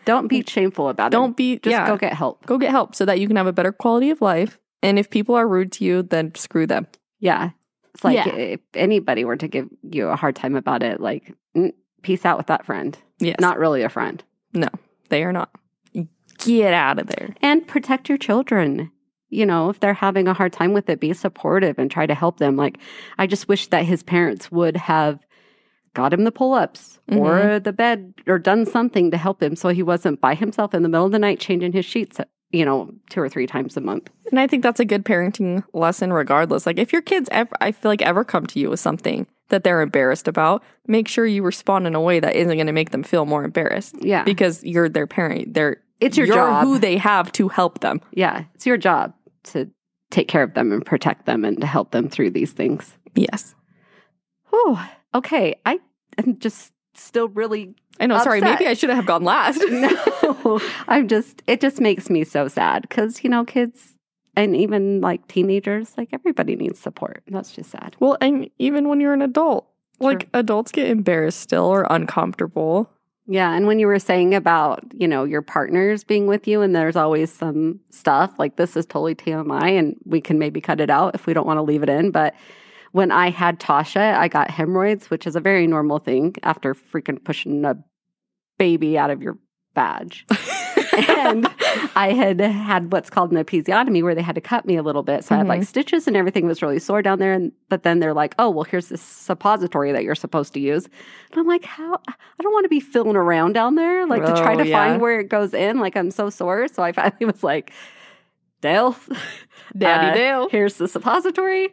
[SPEAKER 1] Don't be shameful about it.
[SPEAKER 3] don't be
[SPEAKER 1] Just
[SPEAKER 3] yeah,
[SPEAKER 1] go get help.
[SPEAKER 3] go get help so that you can have a better quality of life. And if people are rude to you, then screw them.
[SPEAKER 1] Yeah, it's like
[SPEAKER 2] Yeah.
[SPEAKER 1] if anybody were to give you a hard time about it, like mm, peace out with that friend.
[SPEAKER 3] Yes.
[SPEAKER 1] Not really a friend.
[SPEAKER 3] they are not. Get out of there.
[SPEAKER 1] And protect your children. You know, if they're having a hard time with it, be supportive and try to help them. Like, I just wish that his parents would have got him the pull ups
[SPEAKER 3] Mm-hmm.
[SPEAKER 1] or the bed or done something to help him so he wasn't by himself in the middle of the night changing his sheets, you know, two or three times a month.
[SPEAKER 3] And I think that's a good parenting lesson, regardless. Like, if your kids ever, I feel like, ever come to you with something that they're embarrassed about, make sure you respond in a way that isn't going to make them feel more embarrassed.
[SPEAKER 1] Yeah.
[SPEAKER 3] Because you're their parent. They're,
[SPEAKER 1] It's your
[SPEAKER 3] you're
[SPEAKER 1] job.
[SPEAKER 3] who they have to help them.
[SPEAKER 1] Yeah. It's your job to take care of them and protect them and to help them through these things.
[SPEAKER 3] Yes.
[SPEAKER 1] Whew. Okay. I am just still really
[SPEAKER 3] I know. Sorry.
[SPEAKER 1] Upset.
[SPEAKER 3] Maybe I should have gone last.
[SPEAKER 1] no i'm just it just makes me so sad because you know kids and even like teenagers like everybody needs support that's just sad
[SPEAKER 3] Well, and even when you're an adult, like, adults get embarrassed still or uncomfortable.
[SPEAKER 1] yeah and when you were saying about you know your partners being with you and there's always some stuff like this is totally tmi and we can maybe cut it out if we don't want to leave it in but when i had tasha i got hemorrhoids which is a very normal thing after freaking pushing a baby out of your badge and I had had what's called an episiotomy where they had to cut me a little bit. So I had like
[SPEAKER 3] Mm-hmm.
[SPEAKER 1] stitches and everything was really sore down there. And but then they're like, oh, well, here's this suppository that you're supposed to use. And I'm like, how? I don't want to be feeling around down there, like to try
[SPEAKER 3] Oh,
[SPEAKER 1] to
[SPEAKER 3] yeah.
[SPEAKER 1] find where it goes in. Like I'm so sore. So I finally was like, Dale,
[SPEAKER 3] Daddy
[SPEAKER 1] uh, here's the suppository.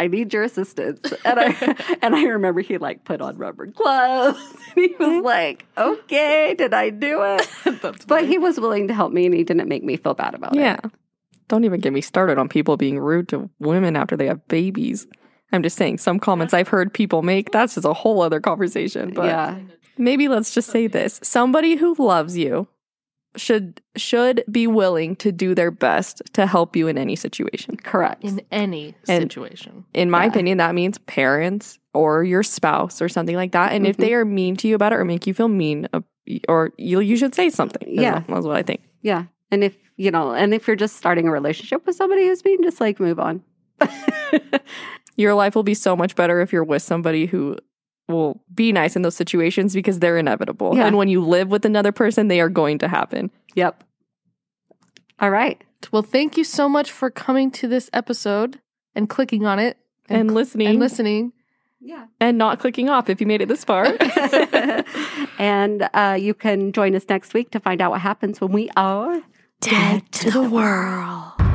[SPEAKER 1] I need your assistance. And I and I remember he like put on rubber gloves. And he was like, okay, did I do it? But he was willing to help me and he didn't make me feel bad about it.
[SPEAKER 3] Yeah. Don't even get me started on people being rude to women after they have babies. I'm just saying some comments I've heard people make, that's just a whole other conversation. But
[SPEAKER 1] yeah.
[SPEAKER 3] maybe let's just say this. Somebody who loves you should should be willing to do their best to help you in any situation.
[SPEAKER 1] Correct.
[SPEAKER 2] In any
[SPEAKER 3] And-
[SPEAKER 2] situation.
[SPEAKER 3] In my opinion, that means parents or your spouse or something like that. And
[SPEAKER 1] Mm-hmm.
[SPEAKER 3] if they are mean to you about it or make you feel mean uh, or you you should say something. is
[SPEAKER 1] Yeah.
[SPEAKER 3] what- That's what I think.
[SPEAKER 1] Yeah. And if you know, and if you're just starting a relationship with somebody who's being just like move on.
[SPEAKER 3] your life will be so much better if you're with somebody who will be nice in those situations because they're inevitable.
[SPEAKER 1] Yeah.
[SPEAKER 3] And when you live with another person, they are going to happen.
[SPEAKER 1] Yep. All right.
[SPEAKER 2] Well, thank you so much for coming to this episode and clicking on it
[SPEAKER 3] And,
[SPEAKER 2] cl-
[SPEAKER 3] listening and,
[SPEAKER 2] and listening.
[SPEAKER 1] Yeah.
[SPEAKER 3] not clicking off if you made it this far.
[SPEAKER 1] and uh, you can join us next week to find out what happens when we are
[SPEAKER 2] Dead to the world.